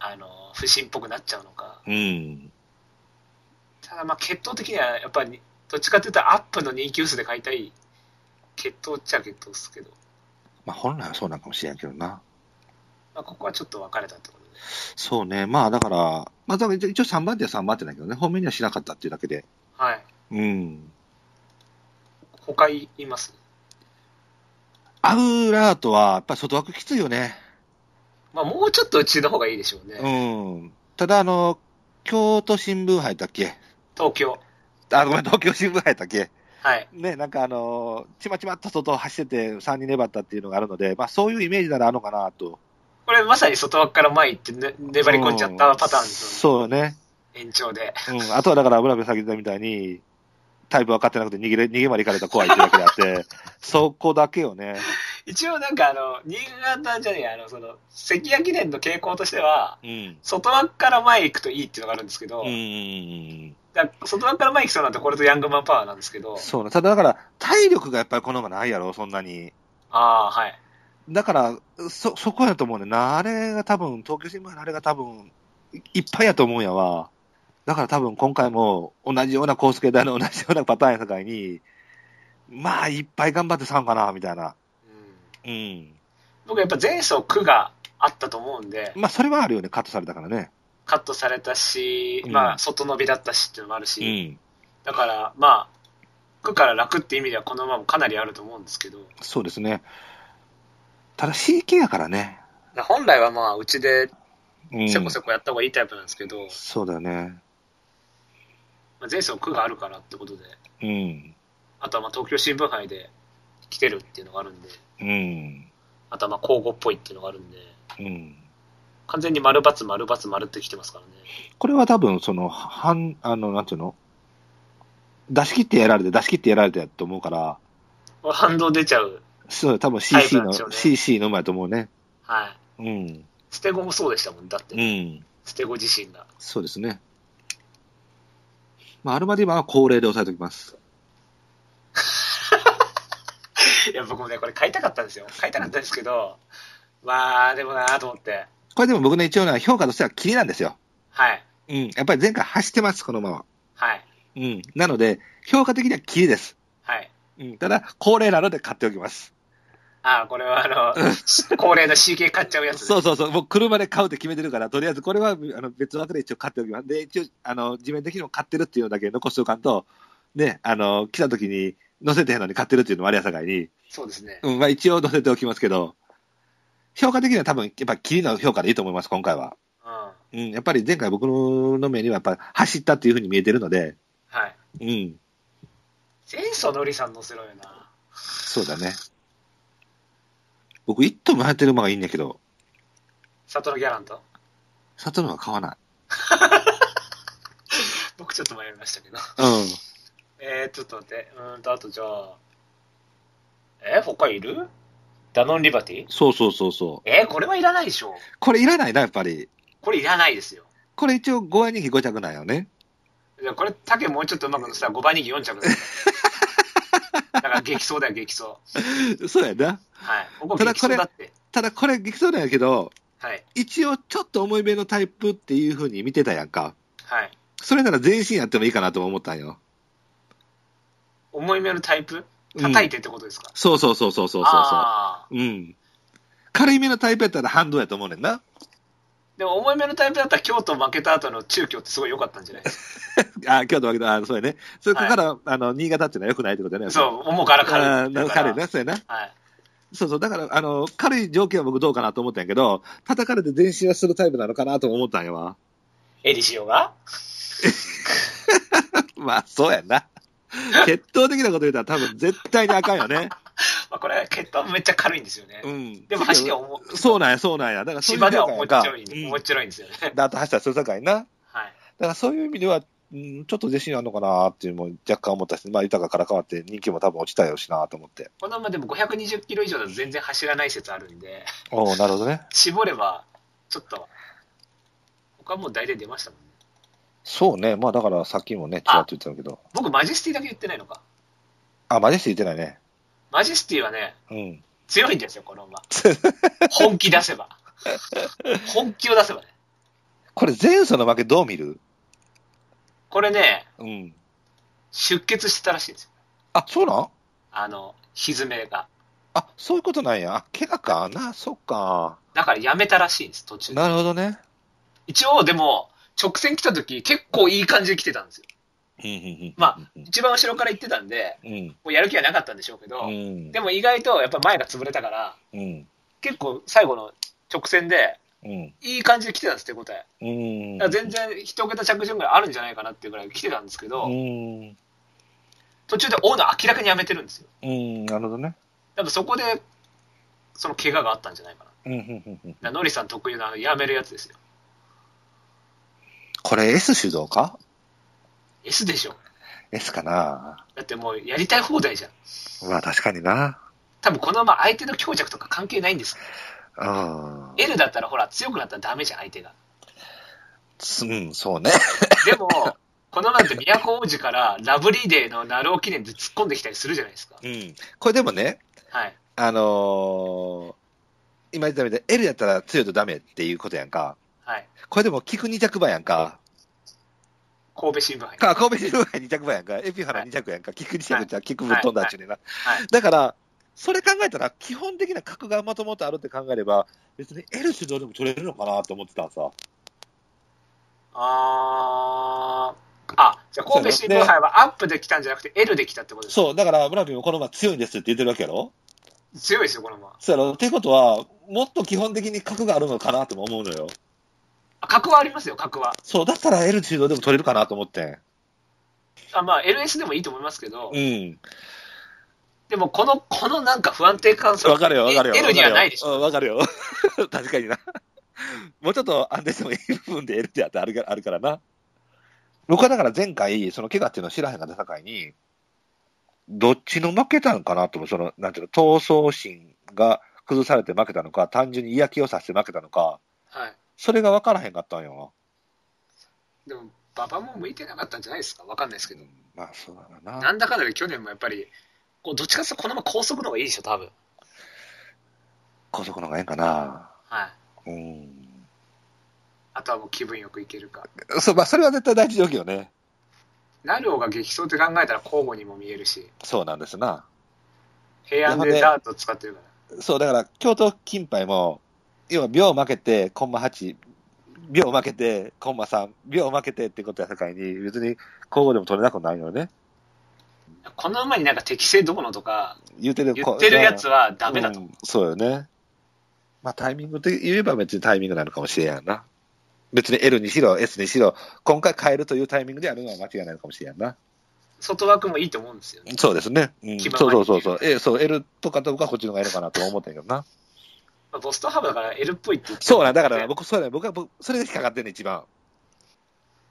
あの、不審っぽくなっちゃうのか。
うん。
ただまあ、血統的にはやっぱり、どっちかっていうとアップの人気薄で買いたい、血統っちゃ血統ですけど、
まあ本来はそうなんかもしれんけどな。
まあ、ここはちょっと分かれたってことで。
そうね、まあだから、まあだから一応一応3番手は3番手だけどね、本命にはしなかったっていうだけで。
はい。
うん。
他います
アウラートはやっぱり外枠きついよね。
まあ、もうちょっとうちの方がいいでしょうね。
うん。ただ、あの、京都新聞杯だっけ
東京。
あ、ごめん、東京新聞杯だっけ
はい。
ね、なんかあの、ちまちまっと外を走ってて3人粘ったっていうのがあるので、まあそういうイメージならあるのかなと。
これまさに外枠から前行って、ね、粘り込んじゃったパターンですよね。
そうね。
延長で。
うん。あとはだから、村部さんが言ったみたいに、タイプ分かってなくて逃げれ逃げまで行かれたら怖いっていうだけであ って、そこだけよね。
一応なんかあの、新潟じゃねえや、あの、その、関谷記念の傾向としては、
うん。
外枠から前行くといいっていうのがあるんですけど、
うん。
だから外枠から前行きそうなんてこれとヤングマンパワーなんですけど、
そうね。ただだから、体力がやっぱりこの方がないやろ、そんなに。
ああ、はい。
だから、そ、そこやと思うねんな。あれが多分、東京新聞のあれが多分、いいっぱいやと思うんやわ。だから多分今回も同じようなコース系だの同じようなパターンやさかいに、まあいっぱい頑張ってさんかな、みたいな。
うん、
うん。
僕やっぱ前走区があったと思うんで、
まあそれはあるよね、カットされたからね。
カットされたし、
うん
まあ、外伸びだったしっていうのもあるし、
ん。
だから、まあ、区から楽って意味ではこの馬もかなりあると思うんですけど、
そうですね。ただ CK やからね。
本来はまあ、うちで
うん
せこせこやった方がいいタイプなんですけど、
そうだよね。
まあ、前走区があるからってことで、
うん。
あとはまあ東京新聞杯で来てるっていうのがあるんで、
うん。
あとはまあ交互っぽいっていうのがあるんで、
うん。
完全に丸×丸×丸ってきてますからね。
これは多分、その、はん、あの、なんていうの出し切ってやられて、出し切ってやられてやと思うから、
反動出ちゃう。
そう、多分
タイプ
CC
なん
の、
でしょうね
CC の馬やと思うね。
はい。
うん。
捨て子もそうでしたもん。だって、
うん。
捨て子自身が。
そうですね。まあ、アルマディーバは高齢で抑えておきます。
いや、僕もね、これ買いたかったんですよ。買いたかったんですけど、まあ、でもなぁと思って。
これでも僕ね、一応ね、評価としては切りなんですよ。
はい。
うん。やっぱり前回走ってます、この馬は。
はい。
うん。なので、評価的には切りです。
はい。
うん。ただ、高齢なので買っておきます。
ああ、これはあの、恒例の CK 買っちゃうやつ、ね。
そうそうそう。僕、車で買うって決めてるから、とりあえずこれは、あの、別枠で一応買っておきます。で、一応、あの、地面的にも買ってるっていうのだけ残しておかんと、ね、あの、来た時に乗せてへんのに買ってるっていうのもありやさかいに、
そうですね。
うん、まあ一応乗せておきますけど、評価的には多分、やっぱ、キリの評価でいいと思います、今回は。
うん。は
うん、やっぱり前回僕の目には、やっぱ、走ったっていうふうに見えてるので、
い。
うん、
前走のりさん乗せろよな。
そうだね。僕、一頭も入ってる馬がいいんだけど、
里のギャラント。
サトルは買わない。
僕ちょっと迷いましたけど。
うん。
えー、ちょっと待って。うーんと、あとじゃあ。えー、他いるダノンリバティ
そうそうそうそ
えー、これはいらないでしょ。
う。これいらないな、やっぱり。
これいらないですよ。
これ一応、5円人気5着なんよね。
いやこれ、竹もうちょっとうまく乗せたら5番人気4着だ から。だから激走だよ、激走。
そうやな。
はい。ここ
ただ
激走だって。
ただ、これ、激そうなんやけど、
はい。
一応、ちょっと重いめのタイプっていうふうに見てたやんか。
はい。
それなら全身やってもいいかなとも思ったんよ。
重いめのタイプ
うん
叩いてってことですか、
そうそうそうそうそうそうそ
ああ。
う。うん。軽いめのタイプやったら反動やと思うねんな。
でも重いめのタイプだったら京都負けた後の中京ってすごい良かったんじゃないです
あ、京都負けた。あ、そうやね。それから、あの、新潟っていうのは良くないってことや ね。
か。そう、重から軽
あ
い。
ーな軽いな、そうやな。
はい。
そうそう、だから、あの、軽い条件は僕どうかなと思ったんやけど、叩かれて全身はするタイプなのかなとも思ったんやわ。
エリシオが
まあ、そうやんな。決闘的なこと言うたら多分絶対にあかんよね。
まあ、これ、血糖めっちゃ軽いんですよね。
うん。
でも、走りは重い。
そうなんや、そうなんや。だからそういう
芝では面
評価やんか
白い、面白いんですよね。
うん。だあと走ったらするさかいな。だ
はい。
からそういう意味では、うん、ちょっと自信あるのかなっていうのも若干思ったし、まあ、豊かから変わって人気も多分落ちたよしなと思って。
このままでも520キロ以上だと全然走らない説あるんで、
おおなるほどね。
絞れば、ちょっと、他もう大体出ましたもんね。
そうね。まあ、だからさっきもね、ちらっと言ってたけど。
僕、マジェスティだけ言ってないのか。
あ、マジェスティ言ってないね。
マジェスティはね、
うん。
強いんですよ、この 馬。本気出せば。本気を出せばね。
これ前走の負けどう見る
これね、
うん。
出血してたらしいんですよ。
あ、そうなん
あの、蹄が。
あ、そういうことなんや。あ怪我かな、そっか。
だからやめたらしいんです、途中で。
なるほどね。
一応、でも、直線来た時、結構いい感じで来てたんですよ。
うんうんうん
ま一番後ろから行ってたんで、
うん。
もうやる気はなかったんでしょうけど、
うん。
でも意外とやっぱ前が潰れたから、
うん。
結構最後の直線で、
うん。
いい感じで来てたんですって答え。
うん。
だから全然一桁着順ぐらいあるんじゃないかなっていうぐらい来てたんですけど、
うん。
途中で追うの明らかにやめてるんですよ。
うん。なるほどね。
やっぱそこで、その怪我があったんじゃないかな。だか
うんうんうんうん。
らノリさん特有のあのやめるやつですよ。
これ S 主導か
S でしょ。
?S かな
だってもうやりたい放題じゃん。
まあ確かにな。
多分このまま相手の強弱とか関係ないんですよ。
うん。
L だったらほら強くなったらダメじゃん、相手が。
すうん、そうね。
でも、 このなんて都王子からラブリーデーの鳴尾記念で突っ込んできたりするじゃないですか。
うん。これでもね、
はい。
あのー今言ったみたいに L やったら強いとダメっていうことやんか。
はい。
これでも聞く2着馬やんか。
神戸新聞杯。
か神戸新聞杯2着馬やんか。エピファラ2着やんか。聞く2着じゃ聞くぶっ飛んだっちゅうねんな。
はい。
だから、それ考えたら、基本的な格がまともとあるって考えれば、別に L 主導でも取れるのかなと思ってたさ。
あー。あ、じゃあ神戸新聞杯はアップできたんじゃなくて L できたってことですか
そう、だから村木もこの馬強いんですって言ってるわけやろ
強いですよ、このまま。
そうやろってことは、もっと基本的に格があるのかなとも思うのよ。
あ格はありますよ、格は。
そう、だったら L 主導でも取れるかなと思ってん。
あまあ、LS でもいいと思いますけど、
うん。
でもこの、このなんか不安定感想
わかるよ、わかるよ。
L にはないでしょ。
ょ。わかるよ。 確かにな。もうちょっと安定してもいい部分で L ってあるからあるからな。僕はだから前回、その怪我っていうのを知らへんかった境に、どっちの負けたのかなと思う、その、なんていうの、闘争心が崩されて負けたのか、単純に嫌気をさせて負けたのか、
はい。
それが分からへんかったんよ
でも、馬場も向いてなかったんじゃないですかわかんないですけ
な。
ど。
まあ、そうだな。
なんだかんだで去年もやっぱり、こうどっちかっていうとこのまま高速の方がいいでしょ、多分。
高速の方がええんかな。
はい。
うん。
あとはもう気分よくいけるか。
そう、まあ、それは絶対大事条件よね。
ナルオが激走って考えたら交互にも見えるし、
そうなんですな。
平安でダート使ってるから。
そう、だから、京都金杯も、要は秒負けて、コンマ8、秒負けて、コンマ3、秒負けてってことや境に、別に交互でも取れなくないのね。
この馬になんか適性どうのとか
言ってる
言ってるやつ
は
はダメだと。
そうよね。まあ、タイミングって言えば別にタイミングなのかもしれんやんな。別に L にしろ、S にしろ、今回変えるというタイミングであるのは間違いないのかもしれんやんな。
外枠もいいと思うんですよね。
そうですね。うん、
気
そ
ま
う
まに
そうそうそう。え、そう、L とかとかこっちの方がいいのかなとも思ったんやけどな。
まあ、ボストハブだから L っぽいって言って
そうなんだか
ね
ら僕、そうだね、僕は僕それが引っかかってんね、一番。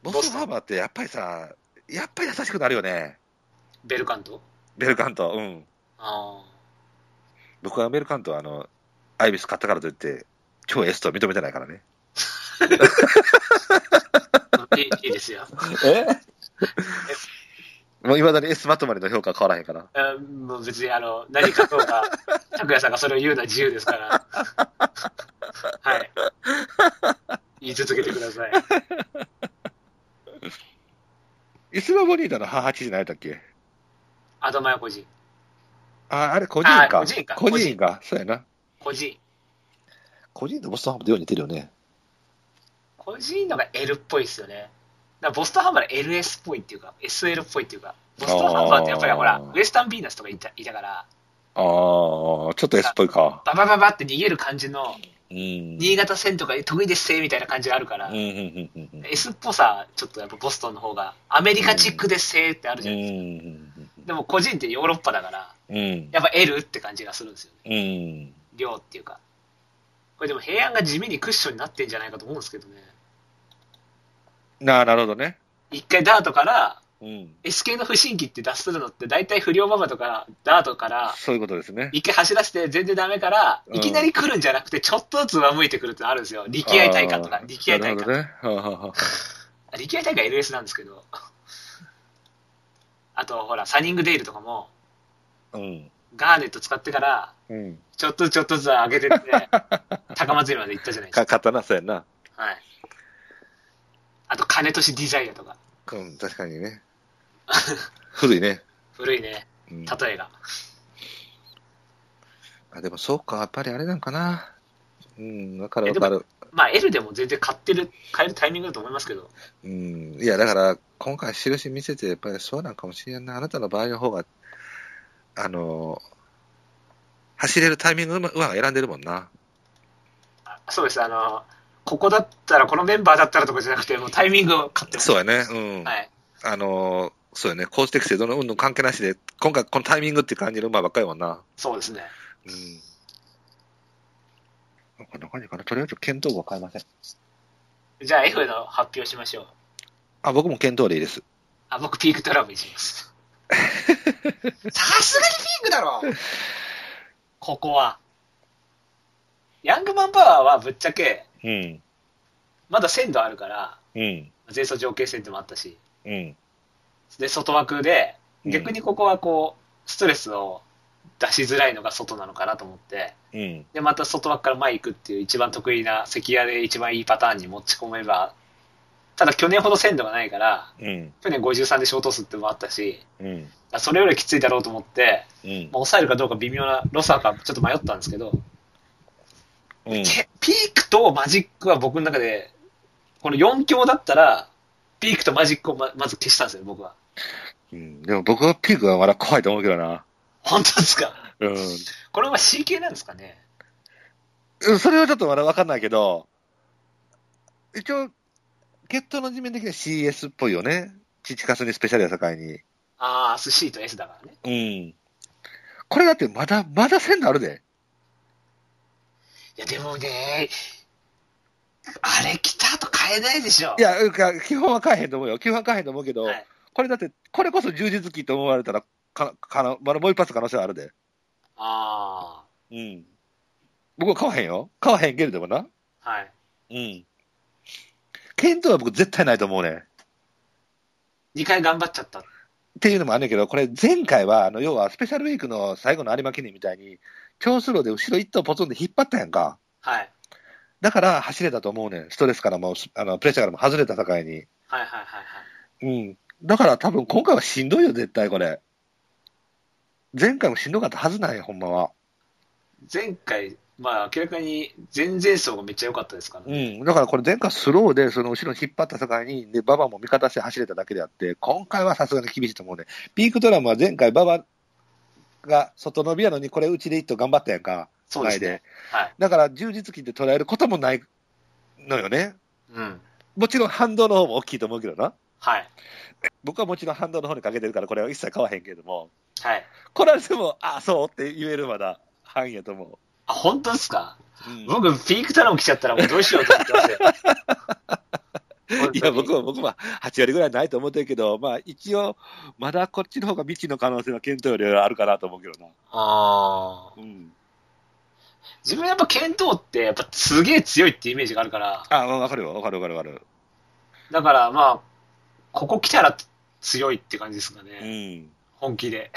ボスハーバーってやっぱりさ、やっぱり優しくなるよね、
ベルカント
ベルカント。うん。
あ
僕はベルカントはあの、アイビス買ったからといって、超 S とは認めてないからね。
あ。いいいいですよ。
え もういまだに S まとまりの評価は変わらへんから。
うんもう別にあの何かどうか、拓也さんがそれを言うのは自由ですから。はい。言い続けてください。
イスマボニータの母父じゃないだっけ
アドマヤ個人。
あ、あれ個人か。
あ個人か
個人か。そうやな。
個人。
個人とボストンハーバーってように似てるよね。
個人のが L っぽいですよね。だからボストンハンバーは LS っぽいっていうか、SL っぽいっていうか、ボストンハンバーってやっぱりほら
あー、
ウエスタンビーナスとかいたいたから、
ああ、ちょっと S っぽいか。
ババババって逃げる感じの、
うん。うん
新潟戦とか得意ですせみたいな感じがあるから、
うんうんうんうん。
S っぽさ、ちょっとやっぱボストンの方が、アメリカチックですせってあるじゃないですか。でも個人ってヨーロッパだから、
うん。うん。
やっぱ L って感じがするんですよね。
うん。
量っていうか。これでも平安が地味にクッションになってんじゃないかと思うんですけどね。
なあ、なるほどね。
一回ダートから、
うん。
S 系の不振規って脱するのって、大体不良ママとか、ダートから、
そういうことですね。
一回走らせて全然ダメから、
うん
いきなり来るんじゃなくて、ちょっとずつ上向いてくるってのあるんですよ。力合体感とか
あ、ー
力合体
な
感。
るほどね。はあはあはあ
力合体感 LS なんですけど。あと、ほら、サニングデイルとかも、
うん。
ガーネット使ってから、
うん。
ちょっとずつちょっとずつ上げて って、高松山まで行ったじゃないです
か、
か。
勝ったな、そうやんな。
はい。あと、金年ディザイアとか。
うん、確かに ね。古いね。
古いね、
うん、
例えが。
あでも、そうか、やっぱりあれなんかな。うん、わかる
え
わ
で
か
も
る。
まあ、L でも全然買ってる、買えるタイミングだと思いますけど、
うん。いや、だから、今回、印見せて、やっぱりそうなんかもしれんな。あなたの場合の方が、あの、走れるタイミングの馬が選んでるもんな。
あそうです、あの、ここだったら、このメンバーだったらとかじゃなくて、もうタイミングを買ってます。
そうやね。うん。
はい。
あのーそうよね、コース適性どのうんの関係なしで、今回このタイミングって感じの馬ばっかりやもんな。
そうですね。
うん。なんか中にかな、とりあえず見当号変えません。
じゃあ F の発表しましょう。
あ、僕も見当でいいです。
あ、僕ピークトラブにし ます。さすがにピークだろここは。ヤングマンパワーはぶっちゃけ、
うん、
まだ鮮度あるから、
うん、
前走条件戦でもあったし、
うん。
で、外枠で、
うん
逆にここはこう、ストレスを出しづらいのが外なのかなと思って、
うん、
で、また外枠から前行くっていう一番得意な関屋で一番いいパターンに持ち込めば、ただ去年ほど鮮度がないから、
うん、
去年53でショート数ってのもあったし、
うん、
あそれよりきついだろうと思って、
うん
まあ、。抑えるかどうか微妙なロスアカちょっと迷ったんですけど、
うん
けピークとマジックは僕の中で、この4強だったら、ピークとマジックをままず消したんですよ、僕は。
うん。でも僕はピークはまだ怖いと思うけどな。
本当ですか
うん。
これは C 級なんですかね
うんそれはちょっとまだわかんないけど、一応、決闘の地面的には CS っぽいよね。父カスにスペシャルやさかいに。
ああ、C と S だからね。
うん。これだってまだ、まだ鮮度あるで。
いや、でもね、あれ来た後帰変えないでしょ。
いや、うんか基本は買えへんと思うよ。基本は買えへんと思うけど、
はい
これだって、これこそ充実期と思われたら、かかのまだもう一発可能性はあるで。
あ
うん。僕は買わへんよ。買わへんけれどもな。
あ、はい。
うん。検討は僕絶対ないと思うねん。っ
2回頑張っちゃった。
ていうのもあんねんけど、これ前回は、あの、要はスペシャルウィークの最後の有馬記念みたいに、超スローで後ろ一頭ポツンで引っ張ったやんか。
はい。
だから走れたと思うねん。ストレスからも、あの、プレッシャーからも外れた境に。
はいはいはいはい。
うん。だから多分今回はしんどいよ、絶対これ。前回もしんどかったはずなんや、ほんまは。
前回、まあ明らかに前々走がめっちゃ良かったですから
う
ね。
ん。だからこれ前回スローで、その後ろに引っ張った境に、で、ババも味方して走れただけであって、今回はさすがに厳しいと思うね。ピークドラムは前回ババが外伸びやのに、これうちで一頭頑張ったやんか。
そうです
前
ね。はい。
だから充実期で捉えることもないのよね。
うん。
もちろん反動の方も大きいと思うけどな。
はい。
僕はもちろん反動の方にかけてるから、これは一切買わへんけれども、
はい。
これはでも、ああ、そうって言えるまだ範囲やと思う。
あ、本当ですか
うん
僕、ピークタラム来ちゃったらもうどうしようと思ってますよ。
いや、僕も、僕も8割ぐらいないと思ってるけど、まあ一応、まだこっちの方が未知の可能性は検討よりはあるかなと思うけどな。
ああ。
うん。
自分やっぱ剣闘って、やっぱすげえ強いってイメージがあるから、
あ、わかるよ、わかるわかるわかる。
だからまあ、ここ来たら強いって感じですか
う
ね。
ん。
本気で。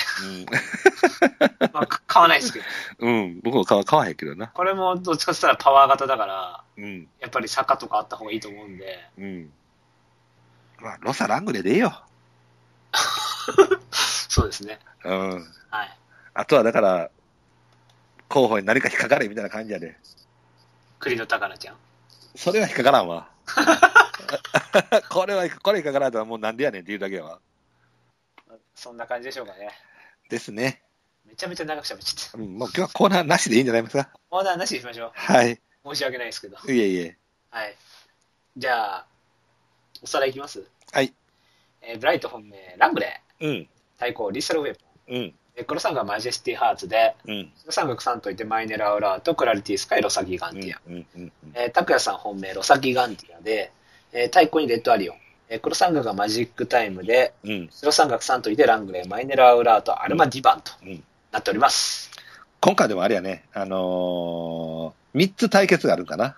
まあ、か買わないですけど。
うん。うん。僕も買わ買わへんけどな。
これもどっちかって言ったらパワー型だから、
うん。
やっぱり坂とかあった方がいいと思うんで。
うん。まあ、ロサラングレーでいいよ。
そうですね。
うん。
はい。
あとはだから、候補に何か引っかかれみたいな感じやで。
栗の宝ちゃん。
それは引っかからん わ。これは、これ引っかからんとはもうなんでやねんっていうだけやわ。
そんな感じでしょうかね。
ですね。
めちゃめちゃ長く喋っちゃった。
うん。もう今日はコーナーなしでいいんじゃないですか。
オーダーなしにしましょ
はい。
う。申し訳ないですけど。
いえいえ。
はい。じゃあ、おさらいいきます
はい。
えーブライト本命、ラングレー。
うん。
対抗、リーサルウェポン。
うん。
えー黒三がマジェスティハーツで、
うん。
白三角さんといてマイネル・アウラーとクラリティスカイ・ロサギガンティア。
うん。うん。
えー、拓也さん本命、ロサギガンティアで、えー対抗にレッドアリオン。えー黒三角がマジックタイムで、
うん。
白三角さんといてラングレー、マイネル・アウラーとアルマ・ディバンと
うん
なっております。
今回でもあれやね、あのー、3つ対決があるんかな。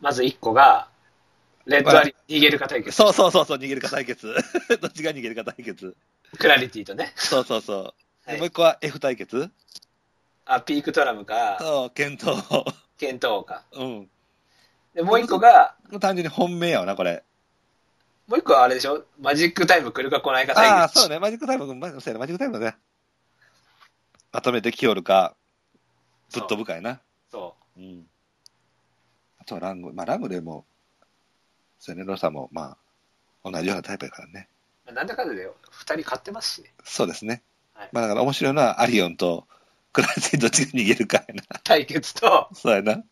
まず1個が、レッドアリオン、逃げるか対決。
そうそうそうそう、逃げるか対決。 どっちが逃げるか対決。
クラリティとね。
そうそうそう。
は
で
い
もう一個は F 対決
あ、ピークトラムか、
と、検討。
ケント王か。
うん。
で、もう一個が、
もう単純に本命やわな、これ。
もう一個はあれでしょマジックタイム来るか来ないか対決。
ああ、そうね。マジックタイム、マジそうやねマジックタイムだね。まとめてキヨルか、ぶっ飛ぶかいな。
そ
うん。あとはラング、まあラングでも、そうやね、ロサも、まあ、同じようなタイプやからね。
う。なんだかんだで二人買ってますしね。
そうですね。
はい
まあだから面白いのはアリオンとクラリティどっちが逃げるかやな。
対決と、
そうやな。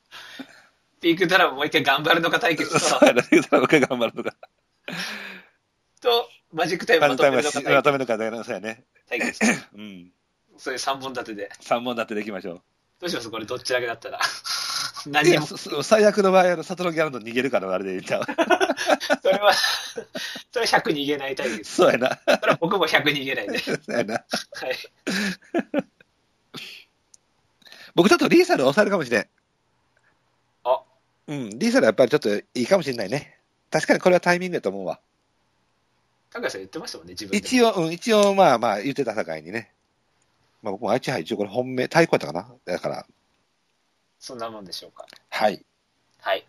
ピークドラムもう一回頑張るのか対決
そう
と、
やな。だから僕が頑張るのか。
とマジックタイムま
ま
とめる
とめ
のか
ま
対
とめるかだからそうやね。
対決。
うん。
そういう三本立てで。
三本立てでいきましょ
どうしますこれどっちだけだったら。
う。い
何に
や、
も、
そそ最悪の場合、あの、サトロギャランド逃げるからあれでいいん ちゃう。
それは、それは100逃げない対決。
そうやな。
それは僕も100逃げないで。
そうやな。
はい。
僕ちょっとリーサル抑えるかもしれん。
あ、
うん。リーサルはやっぱりちょっといいかもしれないね。確かにこれはタイミングだと思うわ。
高橋さん言ってましたもんね、自分で。
一応、うん、一応、まあまあ、言ってた境にね。まあ僕も愛知杯一応これ本命、太鼓やったかなだから、
そんなもんでしょうか。
はい。
はい。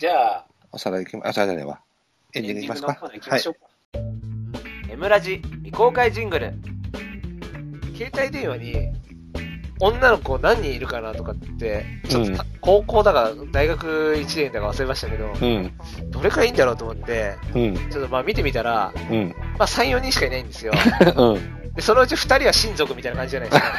じゃあ、
おさらい行きま、あ、おさらいじゃないわ。エンディングいきます
の
か
コーナー行き
は
ま
い
しょうか。
「エムラジ」未公開ジングル
携帯電話に女の子何人いるかなとかって、ちょっとた
う
高校だか大学1年だか忘れましたけど、
うん、
どれくらいいいんだろうと思って、
うん、
ちょっとまあ見てみたら、
うん、
まあ3、4人しかいないんですよ。
うん。
で、そのうち2人は親族みたいな感じじゃないですか。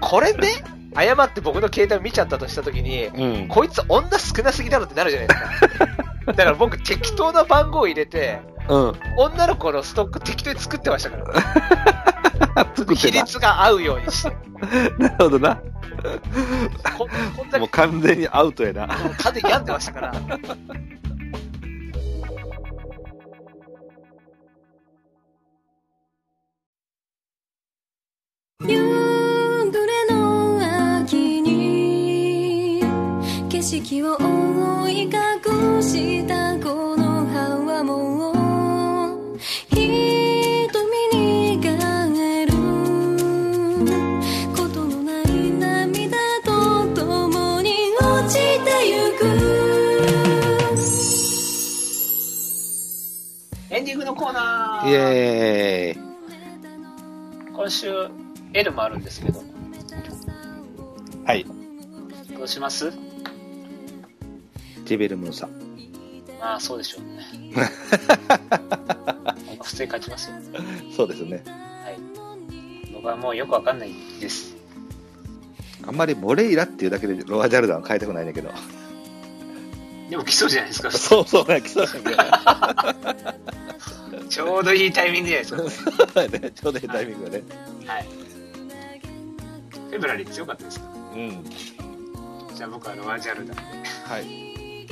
これね、誤って僕の携帯を見ちゃったとしたときに、
うん、
こいつ女少なすぎだろってなるじゃないですか。 だから僕適当な番号を入れて、
うん。
女の子のストック適当に作ってましたから。
作って
比
た。
率が合うようにして。
なるほどな。
ここんだ
もう
け
完全にアウト やな。
風病んでましたから。
夕暮れの秋に景色を覆い隠したこの葉はもう瞳に輝ることのない涙と共に落ちてゆく
エンディングのコーナー
イエーイ。
今週、エルもあるんですけど、
はい。
どうします
ジェベルムーサ。
まあ、そうでしょうね。 普通に書きますよ。
そうですね。
はい。僕はもうよくわかんないです。
あんまりモレイラっていうだけでロア・ジャルダンは変えたくないんだけど。
でも来そうじゃない ですか。
そうそう、泣きそうだけど。
ちょうどいいタイミングじゃないですか。
そうやね。ちょうどいいタイミングがね。
はい。フェブラリー強かったですか
うん。
じゃあ僕はロアジャルダ。
はい。なんか面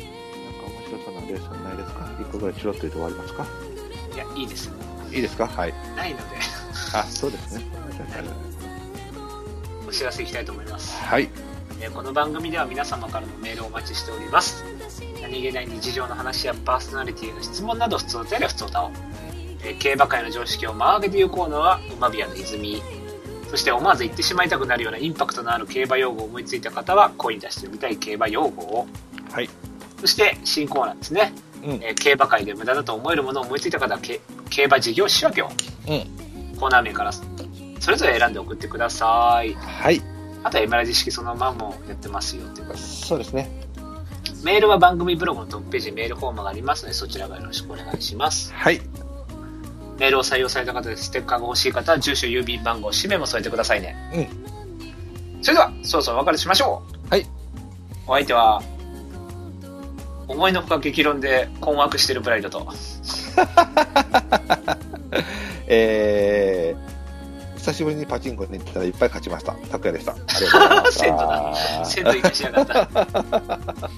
白そうなレースはないですか一個ぐらいチロッと言って終わりますか
いや、いいです。
いいですかはい。
ないので、
あ、そうですね。
お知らせいきたいと思います。
はい。
えーこの番組では皆様からのメールをお待ちしております何気ない日常の話やパーソナリティへの質問など普通で普通だを、えー競馬界の常識を真上げていくコーナーは馬ビアの泉そして思わず言ってしまいたくなるようなインパクトのある競馬用語を思いついた方は声に出してみたい競馬用語を
はい。
そして新コーナーですね、
うん
えー競馬界で無駄だと思えるものを思いついた方はけ競馬事業仕分けを、コーナー名からそれぞれ選んで送ってください
はい。
あとはエマラジ式そのまんもやってますよというか
そうですね。
メールは番組ブログのトップページにメールフォームがありますのでそちらがよろしくお願いします
はい。
メールを採用された方でステッカーが欲しい方は住所郵便番号氏名も添えてくださいねそれではそろそろお別れしましょう
はい
お相手は思いのほか激論で困惑してるブライドと
えー、久しぶりにパチンコに行った ら いっぱい勝ちました。拓也でした。ありがとうございまし
鮮度鮮
た。
度生かしやがった